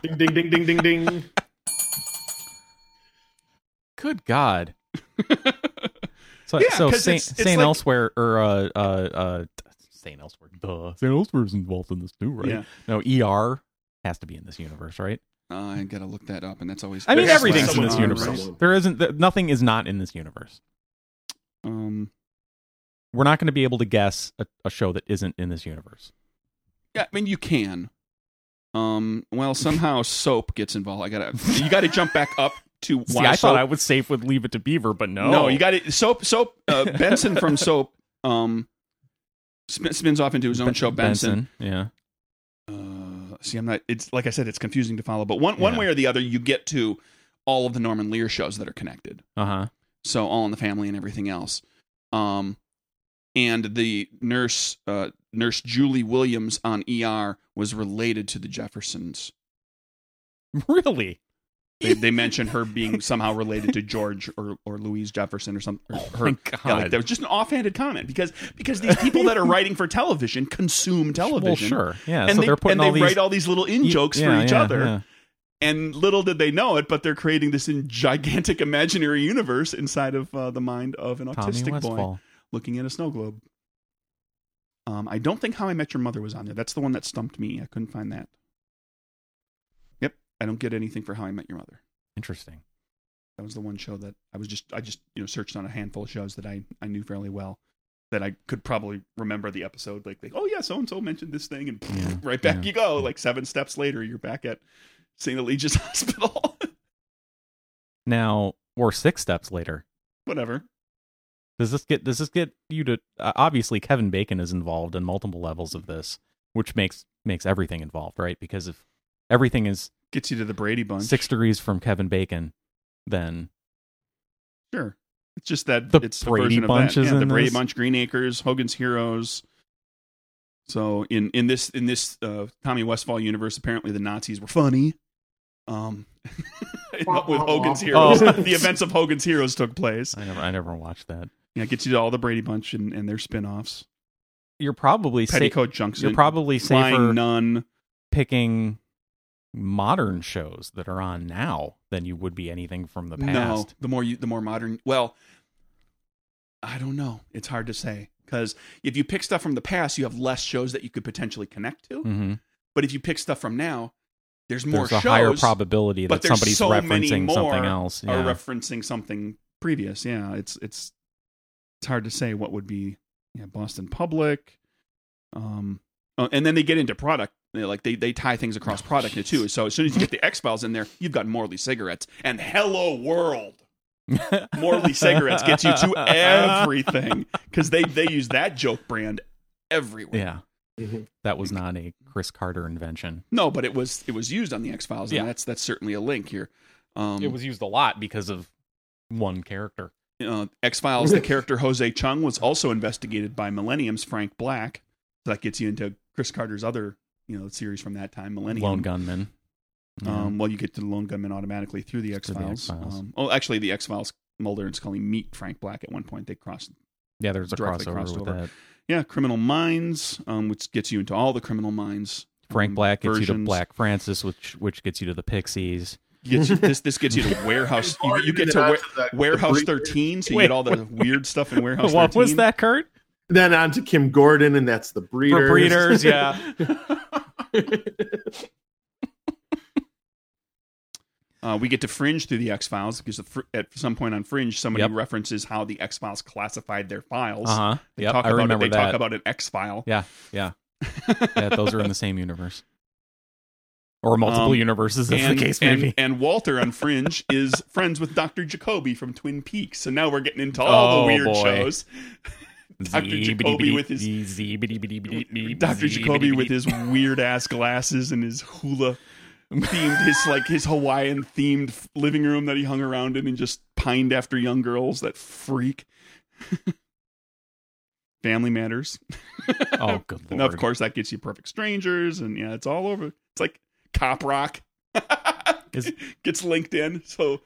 C: ding ding ding ding ding ding.
B: Good God. (laughs) so
D: Yeah,
B: so
D: 'cause
B: Saint,
D: it's- it's
B: Saint
D: like-
B: Elsewhere or uh uh uh Saint Elsewhere. Duh. Saint Elsewhere's involved in this too, right?
D: Yeah.
B: No, ER has to be in this universe, right?
D: Uh, I gotta look that up, and that's always.
B: I mean,
C: There's
B: everything's in
C: someone
B: this
C: on
B: universe.
C: someone.
B: There isn't th- nothing is not in this universe.
D: Um,
B: We're not going to be able to guess a, a show that isn't in this universe.
D: Yeah, I mean you can. Um. Well, somehow soap gets involved. I gotta. You gotta jump back up to
B: (laughs) See,
D: why
B: I
D: soap-
B: thought I was safe with Leave It to Beaver, but no.
D: No, you got it. Soap, soap. Uh, Benson from
B: (laughs)
D: Soap um, spin, spins off into his own show, Benson.
B: Yeah.
D: Uh, see, I'm not. It's like I said, it's confusing to follow. But one one
B: Yeah.
D: way or the other, you get to all of the Norman Lear shows that are connected.
B: Uh huh.
D: So All in the Family and everything else. Um, and the nurse, uh, nurse Julie Williams on ER was related to the Jeffersons.
B: (laughs) Really?
D: They, they mentioned her being somehow related to George or, or Louise Jefferson or something. Or her,
B: Oh my God.
D: Yeah, like, there was just an offhanded comment because because these people that are writing for television consume television.
B: (laughs) Well, sure. Yeah.
D: And
B: so
D: they,
B: are putting
D: and
B: all
D: they
B: these
D: write all these little in
B: y-
D: jokes
B: yeah,
D: for each
B: yeah,
D: other.
B: yeah.
D: And little did they know it, but they're creating this in gigantic imaginary universe inside of uh, the mind of an
B: Tommy
D: autistic boy
B: Westfall.
D: looking at a snow globe. Um, I don't think How I Met Your Mother was on there. That's the one that stumped me. I couldn't find that. Yep, I don't get anything for How I Met Your Mother.
B: Interesting.
D: That was the one show that I was just I just you know searched on a handful of shows that I I knew fairly well that I could probably remember the episode like, like oh yeah so and so mentioned this thing and (laughs)
B: Yeah,
D: right back
B: yeah.
D: you go like seven steps later you're back at St. Allegius (laughs) Hospital
B: Now, or six steps later,
D: whatever
B: does this get does this get you to? Uh, obviously, Kevin Bacon is involved in multiple levels of this, which makes makes everything involved, right? Because if everything is
D: gets you to the Brady Bunch
B: six degrees from Kevin Bacon, then
D: sure it's just that
B: The
D: it's
B: Brady
D: a version
B: Bunch
D: of
B: is
D: that. Yeah, the
B: in
D: Brady
B: this?
D: Bunch Green Acres Hogan's Heroes so in in this in this uh, Tommy Westfall universe apparently the Nazis were funny um (laughs) with Hogan's Heroes.
B: Oh.
D: the events of Hogan's Heroes took place.
B: I never I never watched that.
D: Yeah, it gets you to all the Brady Bunch and, and their spin-offs.
B: You're probably sa-
D: Petticoat Junction.
B: you're probably safer
D: Flying Nun.
B: picking modern shows that are on now than you would be anything from the
D: No,
B: past.
D: the more you, the more modern. Well, I don't know. It's hard to say because if you pick stuff from the past, you have less shows that you could potentially connect to.
B: Mm-hmm.
D: But if you pick stuff from now, there's more
B: there's a
D: shows
B: higher probability
D: but
B: that
D: there's
B: somebody's
D: so many
B: referencing
D: more
B: something else.
D: are
B: Yeah.
D: referencing something previous. Yeah, it's it's it's hard to say what would be yeah, Boston Public. Um, oh, and then they get into product. They, like they they tie things
B: Oh,
D: across product too. So as soon as you get
B: (laughs)
D: the X Files in there, you've got Morley cigarettes and Hello World. Morley cigarettes gets you to
B: (laughs)
D: everything because they they use that joke brand everywhere.
B: Yeah,
D: Mm-hmm.
C: Mhm.
B: that was not a Chris Carter invention.
D: No, but it was it was used on the X Files, and
B: Yeah.
D: that's that's certainly a link here. Um,
B: It was used a lot because of one character.
D: uh, X Files, the character Jose Chung was also investigated by Millennium's Frank Black. So that gets you into Chris Carter's other, you know, series from that time, Millennium.
B: Lone gunman. Yeah.
D: Um, well, you get to the Lone Gunman automatically through the X
B: Through the
D: Files.
B: X-Files.
D: Um, oh, actually, the X Files, Mulder and Scully meet Frank Black at one point. They cross,
B: yeah, there's a
D: directly
B: crossover
D: crossed
B: with
D: over.
B: that.
D: yeah, Criminal Minds, um, which gets you into all the Criminal Minds.
B: Frank
D: um,
B: Black gets you to
D: versions.
B: Black Francis, which which gets you to the Pixies.
D: (laughs) Gets you- this this gets you
B: (laughs)
D: to Warehouse. (laughs) you, you get to ware, Warehouse Thirteen, so you
B: Wait,
D: get all the weird stuff
B: (laughs)
D: in Warehouse. 13.
B: that, Kurt?
C: Then on to Kim Gordon, and that's the breeder.
B: For breeders, yeah.
D: Uh, we get to Fringe through the X Files because the fr- at some point on Fringe, somebody
B: Yep.
D: references how the X Files classified their files.
B: Uh huh.
D: (laughs) They
B: Yep,
D: talk
B: I
D: about
B: remember
D: it. They
B: that.
D: talk about an X file.
B: Yeah,
D: (laughs)
B: yeah. yeah, those are in the same universe, or multiple
D: Um,
B: universes, as
D: and,
B: the case may
D: and,
B: be.
D: and Walter
B: (laughs)
D: on Fringe is friends with Dr. Jacoby from Twin Peaks. So now we're getting into all the
B: Oh,
D: weird
B: boy.
D: shows. Dr. Jacoby with his- Dr. Jacoby with his weird ass glasses and his hula themed his like his Hawaiian themed living room that he hung around in and just pined after young girls that freak. (laughs) Family matters. (laughs)
B: oh, good lord!
D: And of course that gets you perfect strangers and yeah, it's all over. It's like cop rock. (laughs)
B: Is-
D: gets linked in. So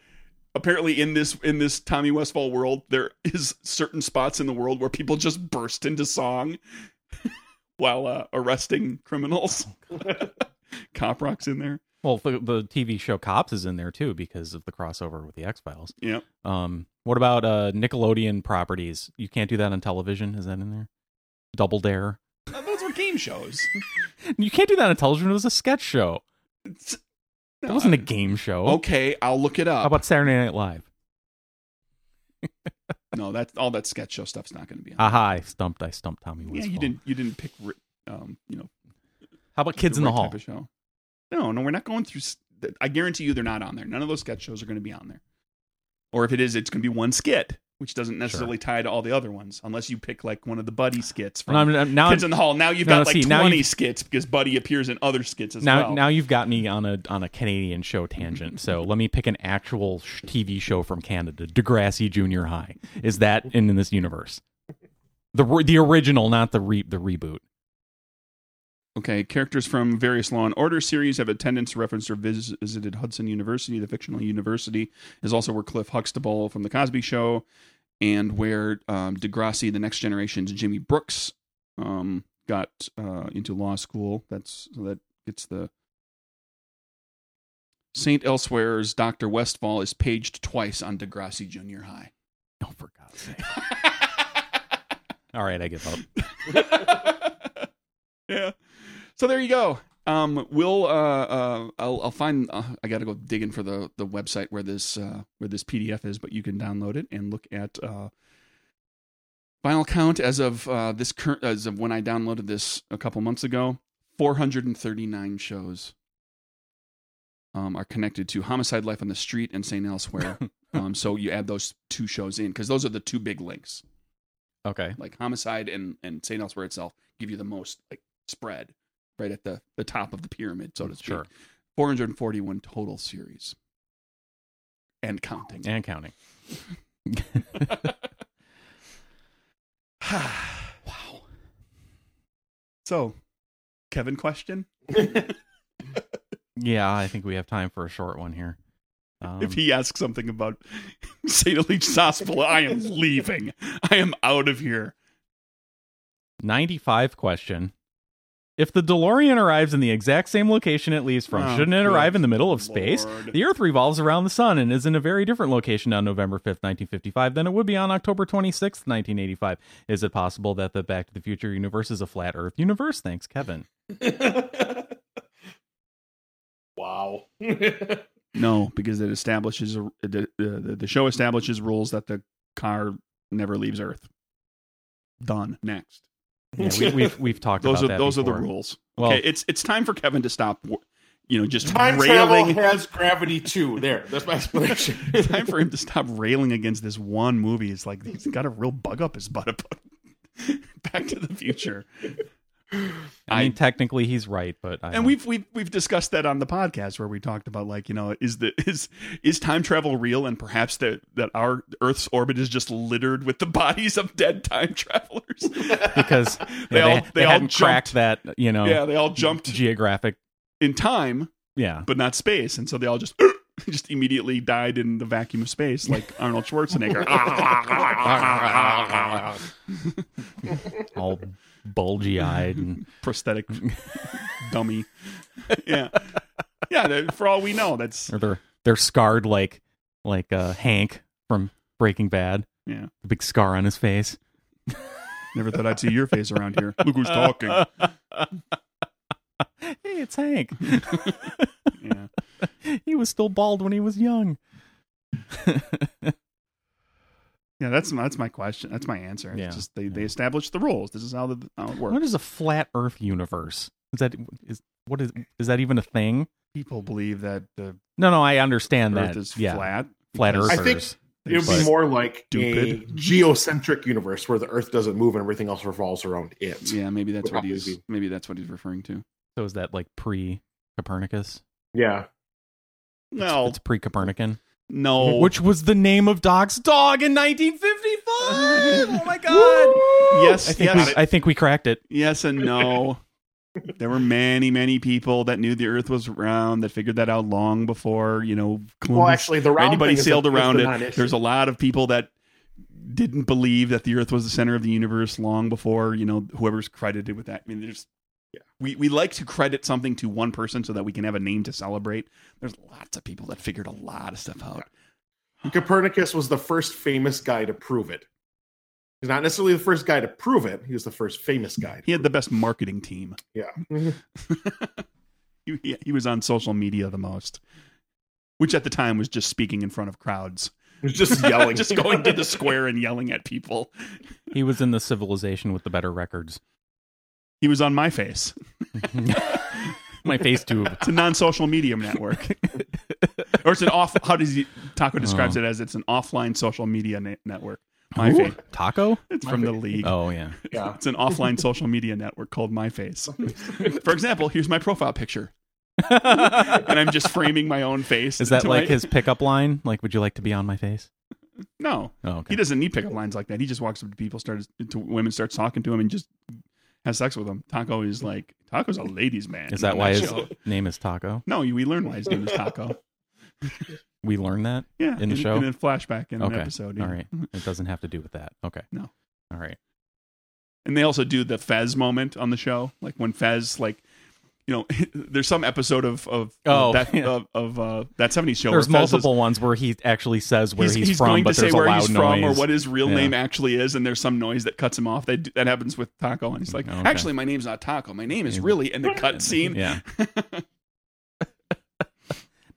D: apparently in this in this Tommy Westfall world, there is certain spots in the world where people just burst into song (laughs) while uh, arresting criminals.
B: Oh,
D: (laughs) cop rock's in there.
B: Well, the, the TV show Cops is in there too because of the crossover with the X Files.
D: Yep.
B: Um, what about uh Nickelodeon properties? You can't do that on television. Is that in there? Double Dare.
D: Uh, Those were game shows.
B: You can't do that on television. It was a sketch show.
D: It's- uh,
B: It wasn't a game show.
D: Okay, I'll look it up.
B: How about Saturday Night Live?
D: no, that's all that sketch show stuff's not going to be on.
B: Aha! I stumped. I stumped Tommy
D: yeah,
B: Westfall.
D: you didn't. You didn't pick. ri- Um, you know,
B: How about Kids in the
D: right
B: Hall?
D: type of show. No, no, we're not going through s- th- I guarantee you they're not on there. None of those sketch shows are going to be on there. Or if it is, it's going to be one skit, which doesn't necessarily tie to all the other ones, unless you pick like one of the Buddy skits from
B: And I'm- I'm- now
D: Kids
B: I'm-
D: in the Hall. Now you've
B: No,
D: got like
B: see, now
D: twenty
B: you've-
D: skits because Buddy appears in other skits as
B: now
D: well.
B: now you've got me on a on a Canadian show
D: (laughs)
B: tangent. So let me pick an actual sh- TV show from Canada. Degrassi Junior High
D: (laughs)
B: is that in, in this universe? The r- the original, not the re, the reboot.
D: Okay, characters from various Law and Order series have attendance referenced or vis- visited Hudson University. The fictional university is also where Cliff Huxtable from The Cosby Show and where um, Degrassi, The Next Generation's Jimmy Brooks, um, got uh, into law school. That's so that gets the Saint Elsewhere's Doctor Westfall is paged twice on Degrassi Junior High. (laughs)
B: Oh, for God's sake! All right, I give up.
D: (laughs) yeah. So there you go. Um, we'll uh, uh, I'll, I'll find. Uh, I got to go digging for the the website where this uh, where this PDF is, but you can download it and look at uh, final count as of uh, this current as of when I downloaded this a couple months ago. Four hundred and thirty nine shows um, are connected to Homicide: Life on the Street and Saint
B: (laughs)
D: Elsewhere. um, so you add those two shows in because those are the two big links
B: Okay,
D: like homicide and and St. Elsewhere itself give you the most like spread right at the the top of the pyramid, so to speak.
B: sure,
D: 441 total series and counting.
B: and counting.
D: (sighs) wow. So, Kevin question
B: Yeah, I think we have time for a short one here. Um,
D: if he asks something about (laughs) St. Elise Hospital, I
B: (laughs)
D: am leaving. I am out of here.
B: 95 question. If the DeLorean arrives in the exact same location it leaves from,
D: Oh,
B: shouldn't it
D: good
B: arrive in the middle of space?
D: Lord.
B: The Earth revolves around the sun and is in a very different location on November 5th, 1955 than it would be on October 26th, 1985. Is it possible that the Back to the Future universe is a flat Earth universe? Thanks, Kevin.
C: (laughs) wow. (laughs)
D: No, because it establishes a, the, the the show establishes rules that the car never leaves Earth. Done. Next.
B: Yeah, we,
D: (laughs)
B: we've, we've talked
D: Those
B: about
D: are
B: that
D: those are
B: before.
D: the rules.
B: Well-
D: okay, it's it's time for Kevin to stop. You know, just
C: Time
D: railing.
C: travel has gravity too. There, that's my explanation.
D: (laughs) time for him to stop railing against this one movie. It's like he's got a real bug up his butt about (laughs) Back to the Future.
B: I
D: I-
B: mean, technically, he's right, but uh, I
D: and (laughs)
B: don't-
D: we've we've we've discussed that on the podcast where we talked about like you know is the (laughs) is is time travel real and perhaps that that our Earth's orbit is just littered with the (laughs) bodies of dead time travelers.
B: because yeah, they,
D: all-
B: they,
D: they all
B: hadn't cracked
D: jumped.
B: that, you know,
D: yeah, they all jumped
B: geographic.
D: in time,
B: Yeah.
D: but not space, and so they all just (laughs) just immediately died in the vacuum of space, like Arnold Schwarzenegger.
C: (laughs)
B: all bulgy eyed and
D: prosthetic dummy. Yeah. Yeah, that- for all we know, that's
B: or they're they're scarred like like uh Hank from Breaking Bad.
D: Yeah.
B: The big scar on his face.
D: never thought I'd see your face around here. Look who's talking.
B: (laughs) Hey, it's Hank. (laughs)
D: Yeah.
B: he was still bald when he was young.
D: Yeah, that's that's my question. That's my answer. It's
B: Yeah.
D: just they, they established the rules. This is how the how it works.
B: What is a flat earth universe? Is that is what is is that even a thing?
D: People believe that the
B: No, no, I understand
D: earth
B: that.
D: is
B: yeah.
D: flat.
B: Flat
D: because
B: earthers.
C: I think
D: they
C: (laughs) It would be
D: just-
C: more like a
D: Stupid.
C: geocentric universe where the Earth doesn't move and everything else revolves around it.
D: Yeah, maybe that's what
C: would probably
D: he's
C: be-
D: maybe that's what he's referring to.
B: so is that like pre Copernicus?
C: Yeah.
D: No, Oh.
B: It's pre Copernican.
D: no.
B: Which was the name of Doc's dog in 1955. oh my god.
D: yes,
B: I think
D: yes,
B: we, I think we cracked it.
D: Yes and
C: (laughs)
D: no. there were many, many people that knew the Earth was round that figured that out long before you know Columbus.
C: Well, actually, the round
D: anybody
C: thing is
D: sailed
C: the- is
D: around
C: the
D: it.
C: non-issue.
D: There's a lot of people that didn't believe that the Earth was the center of the universe long before you know whoever's credited with that. I mean, there's
C: Yeah.
D: we we like to credit something to one person so that we can have a name to celebrate. There's lots of people that figured a lot of stuff out.
C: Copernicus was the first famous guy to prove it. He's not necessarily the first guy to prove it. He was the first famous guy.
D: He had the best marketing team. (laughs)
C: Yeah.
D: He- He, he was on social media the most, which at the time was just speaking in front of crowds.
C: He was just
D: (laughs)
C: yelling.
D: just going to the square and yelling at people.
B: He was in the civilization with the better records.
D: He was on my face.
B: (laughs) my face tube.
D: It's a non-social medium network, or it's an off. How does he,
B: Oh.
D: Taco describes it as it's an offline social media na- network. My face. (laughs)
B: Taco?
D: It's from the league.
B: (laughs) Oh
D: (laughs)
B: yeah.
C: Yeah.
D: It's an offline social media network called My Face. For example, here's my profile picture, and I'm just framing my own face.
B: Is that
D: to
B: like
D: my-
B: his pickup line? Like, would you like to be on my face?
D: No,
B: Oh,
D: he
B: okay.
D: doesn't need pickup lines like that. He just walks up to people, starts to women, starts talking to him, and just has sex with them. Taco is like Taco's a ladies' man.
B: Is that why his
D: Chill.
B: name is Taco?
D: No, we learn why his name is
B: (laughs)
D: Taco.
B: We learned that.
D: Yeah,
B: In the show?
D: in a flashback in an
B: Okay.
D: episode. yeah. Mm-hmm.
B: All right. It doesn't have to do with that. Okay.
D: No.
B: All right.
D: And they also do the Fez moment on the show, like when Fez, like, you know, (laughs) there's some episode of of
B: Oh,
D: that,
B: yeah.
D: of, of uh, that '70s show.
B: There's
D: where Fez is-
B: multiple ones where he actually says where
D: he's,
B: he's,
D: he's
B: from,
D: going
B: but
D: to say
B: there's a
D: where
B: loud
D: he's
B: noise.
D: from or what his real
B: Yeah.
D: name actually is, and there's some noise that cuts him off. That that happens with Taco, and he's like,
B: Mm, Okay.
D: "Actually, my name's not Taco. My name is
B: Yeah.
D: really."
B: (laughs)
D: And the cut scene. (laughs)
B: Yeah.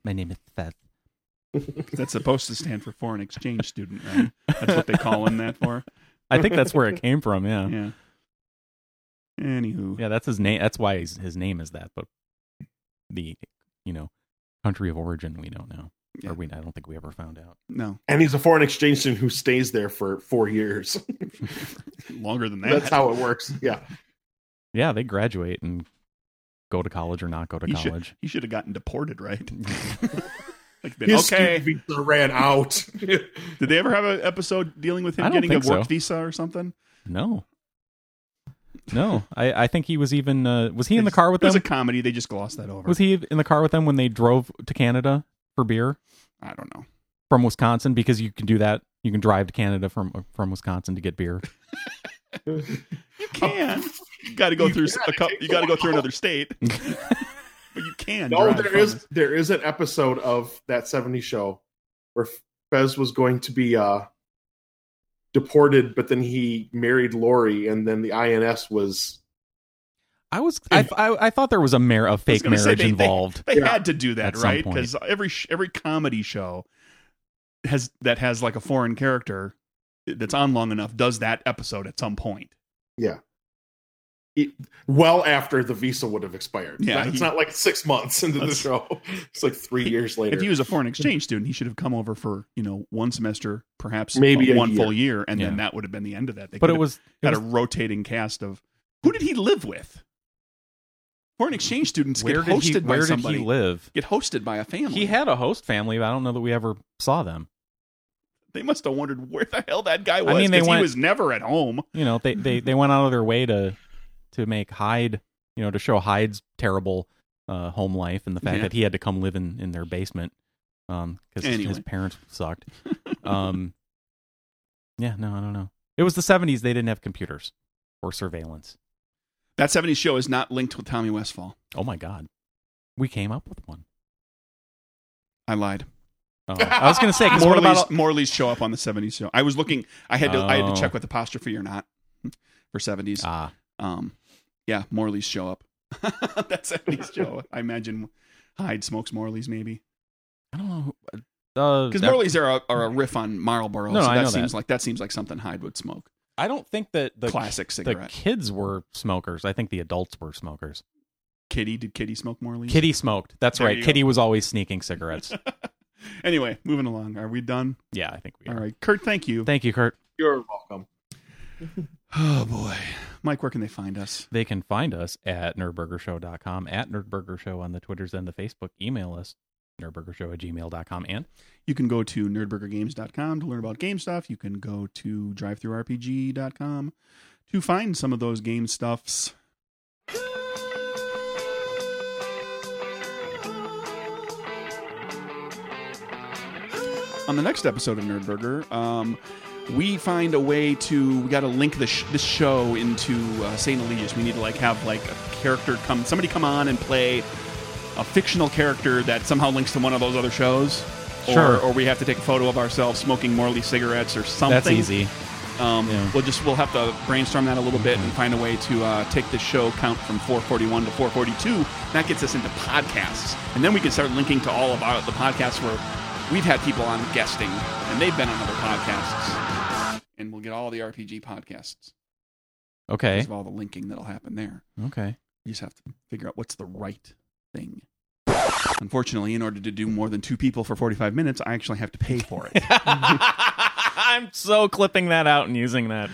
B: My name is Fez.
D: That's supposed to stand for foreign exchange student, right? That's what they
B: (laughs)
D: call him that for.
B: I think that's where it came from. Yeah. Yeah.
D: Yeah. Anywho,
B: that's his name. That's why his, his name is that. But the you know country of origin we don't know,
D: Yeah.
B: or we I don't think we ever found out. (laughs)
D: no,
C: And he's a foreign exchange student who stays there for
D: (laughs)
C: four years.
D: longer than that.
C: That's how it works. Yeah.
B: Yeah, they graduate and go to college or not go to
D: he should,
B: college.
D: he should have gotten deported,
B: (laughs)
D: right? like, been,
C: His
D: okay.
C: student visa ran out.
D: (laughs)
C: (laughs)
D: Did they ever have an episode dealing with
B: I
D: him
B: don't
D: getting a work
B: think so.
D: visa or something?
B: No. No, I, I think he was even uh, was he in the car
D: (laughs)
B: with
D: It was
B: them?
D: a comedy. They just glossed that over.
B: Was he in the car with them when they drove to Canada for beer
D: I don't know.
B: from Wisconsin? Because you can do that. You can drive to Canada from uh, from Wisconsin to get beer.
D: You can. You got to go
C: You
D: through
C: can.
D: a couple. You got to go through another
B: (laughs)
D: state. but you can.
C: no,
D: drive
C: there
D: from
C: is
D: it.
C: there is an episode of that 70s show where Fez was going to be uh deported, but then he married Lori and then the INS was
B: I was I I, I thought there was a mare a fake
D: gonna
B: marriage
D: say they-
B: involved.
D: They
C: Yeah.
D: had to do that,
B: At some
D: right?
B: point.
D: Because every sh- every comedy show has that has like a foreign character that's on long enough does that episode at some point.
C: well after the visa would have expired.
D: Yeah,
C: it's
D: he-
C: not like six months into the
D: That's-
C: show. (laughs) It's like three years later.
D: If he was a foreign exchange student, he should have come over for you know one semester, perhaps
C: Maybe a
D: one
C: year.
D: full year, and then
B: Yeah.
D: that would have been the end of that. They
B: But
D: could
B: it
D: have
B: was, it
D: had
B: was
D: a rotating cast of who did he live with? Foreign exchange students
B: where
D: get
B: did
D: hosted
B: he
D: by
B: where did
D: somebody.
B: he live?
D: Get hosted by a family.
B: He had a host family, but I don't know that we ever saw them.
D: they must have wondered where the hell that guy was.
B: mean, they
D: 'cause
B: went-
D: he was never at home.
B: You know, they they they went out of their way to to make Hyde, you know, to show Hyde's terrible uh, home life and the fact
D: Yeah.
B: that he had to come live in in their basement um cuz his
D: Anyway.
B: parents
D: (laughs)
B: sucked. Um Yeah, no, I don't know. It was the 70s, they didn't have computers or surveillance.
D: That 70s show is not linked with Tommy Westfall.
B: Oh my god. We came up with one.
D: I lied.
B: Oh, I was going to say 'cause what
D: Morley's,
B: about
D: Morley's show up on the 70s show. I was looking. I had to. I had
B: Oh.
D: to check with apostrophe or not for 70s.
B: ah
D: Um, yeah, Morley's show up. (laughs) that 70s show. I imagine Hyde smokes Morley's maybe
B: I don't know. who- Uh,
D: because
B: that-
D: Morley's are a, are a riff on Marlboro.
B: No,
D: so
B: I
D: that
B: know
D: seems
B: that.
D: like that seems like something Hyde would smoke.
B: I don't think that the
D: Classic
B: the
D: cigarette.
B: kids were smokers. I think the adults were smokers.
D: Kitty did Kitty smoke Morley's?
B: Kitty smoked. That's
D: There
B: right.
D: you
B: Kitty was always sneaking cigarettes.
D: (laughs) Anyway, moving along. Are we done?
B: yeah, I think we are.
D: All right, Kurt. Thank you.
B: Thank you, Kurt.
C: You're welcome.
D: Oh boy, Mike. Where can they find us?
B: They can find us at nerdburgershow.com, at nerdburgershow on the Twitters and the Facebook. Email us, nerdburgershow at gmail.com. And
D: You can go to nerdburgergames.com to learn about game stuff. You can go to drivethroughrpg.com to find some of those game stuffs. On the next episode of Nerdburger, um, we find a way to we got to link this sh- this show into uh, Saint Eligius. We need to like have like a character come somebody come on and play a fictional character that somehow links to one of those other shows.
B: Sure.
D: Or, or we have to take a photo of ourselves smoking Morley cigarettes or something.
B: that's easy.
D: Um,
B: Yeah.
D: We'll just we'll have to brainstorm that a little bit and find a way to uh, take the show count from 441 to 442. That gets us into podcasts, and then we can start linking to all of our, the podcasts where we've had people on guesting and they've been on other podcasts, and we'll get all the RPG podcasts because
B: Okay.
D: of all the linking that'll happen there. (laughs)
B: Okay.
D: You just have to figure out what's the right thing. Unfortunately, in order to do more than two people for 45 minutes, I actually have to pay for it.
B: I'm so clipping that out and using that.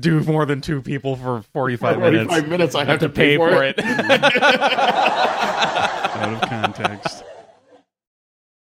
B: Do more than two people for
D: (laughs)
B: 45 minutes.
C: Forty-five minutes. I have,
B: have to pay for
D: (laughs)
B: it.
D: out of context.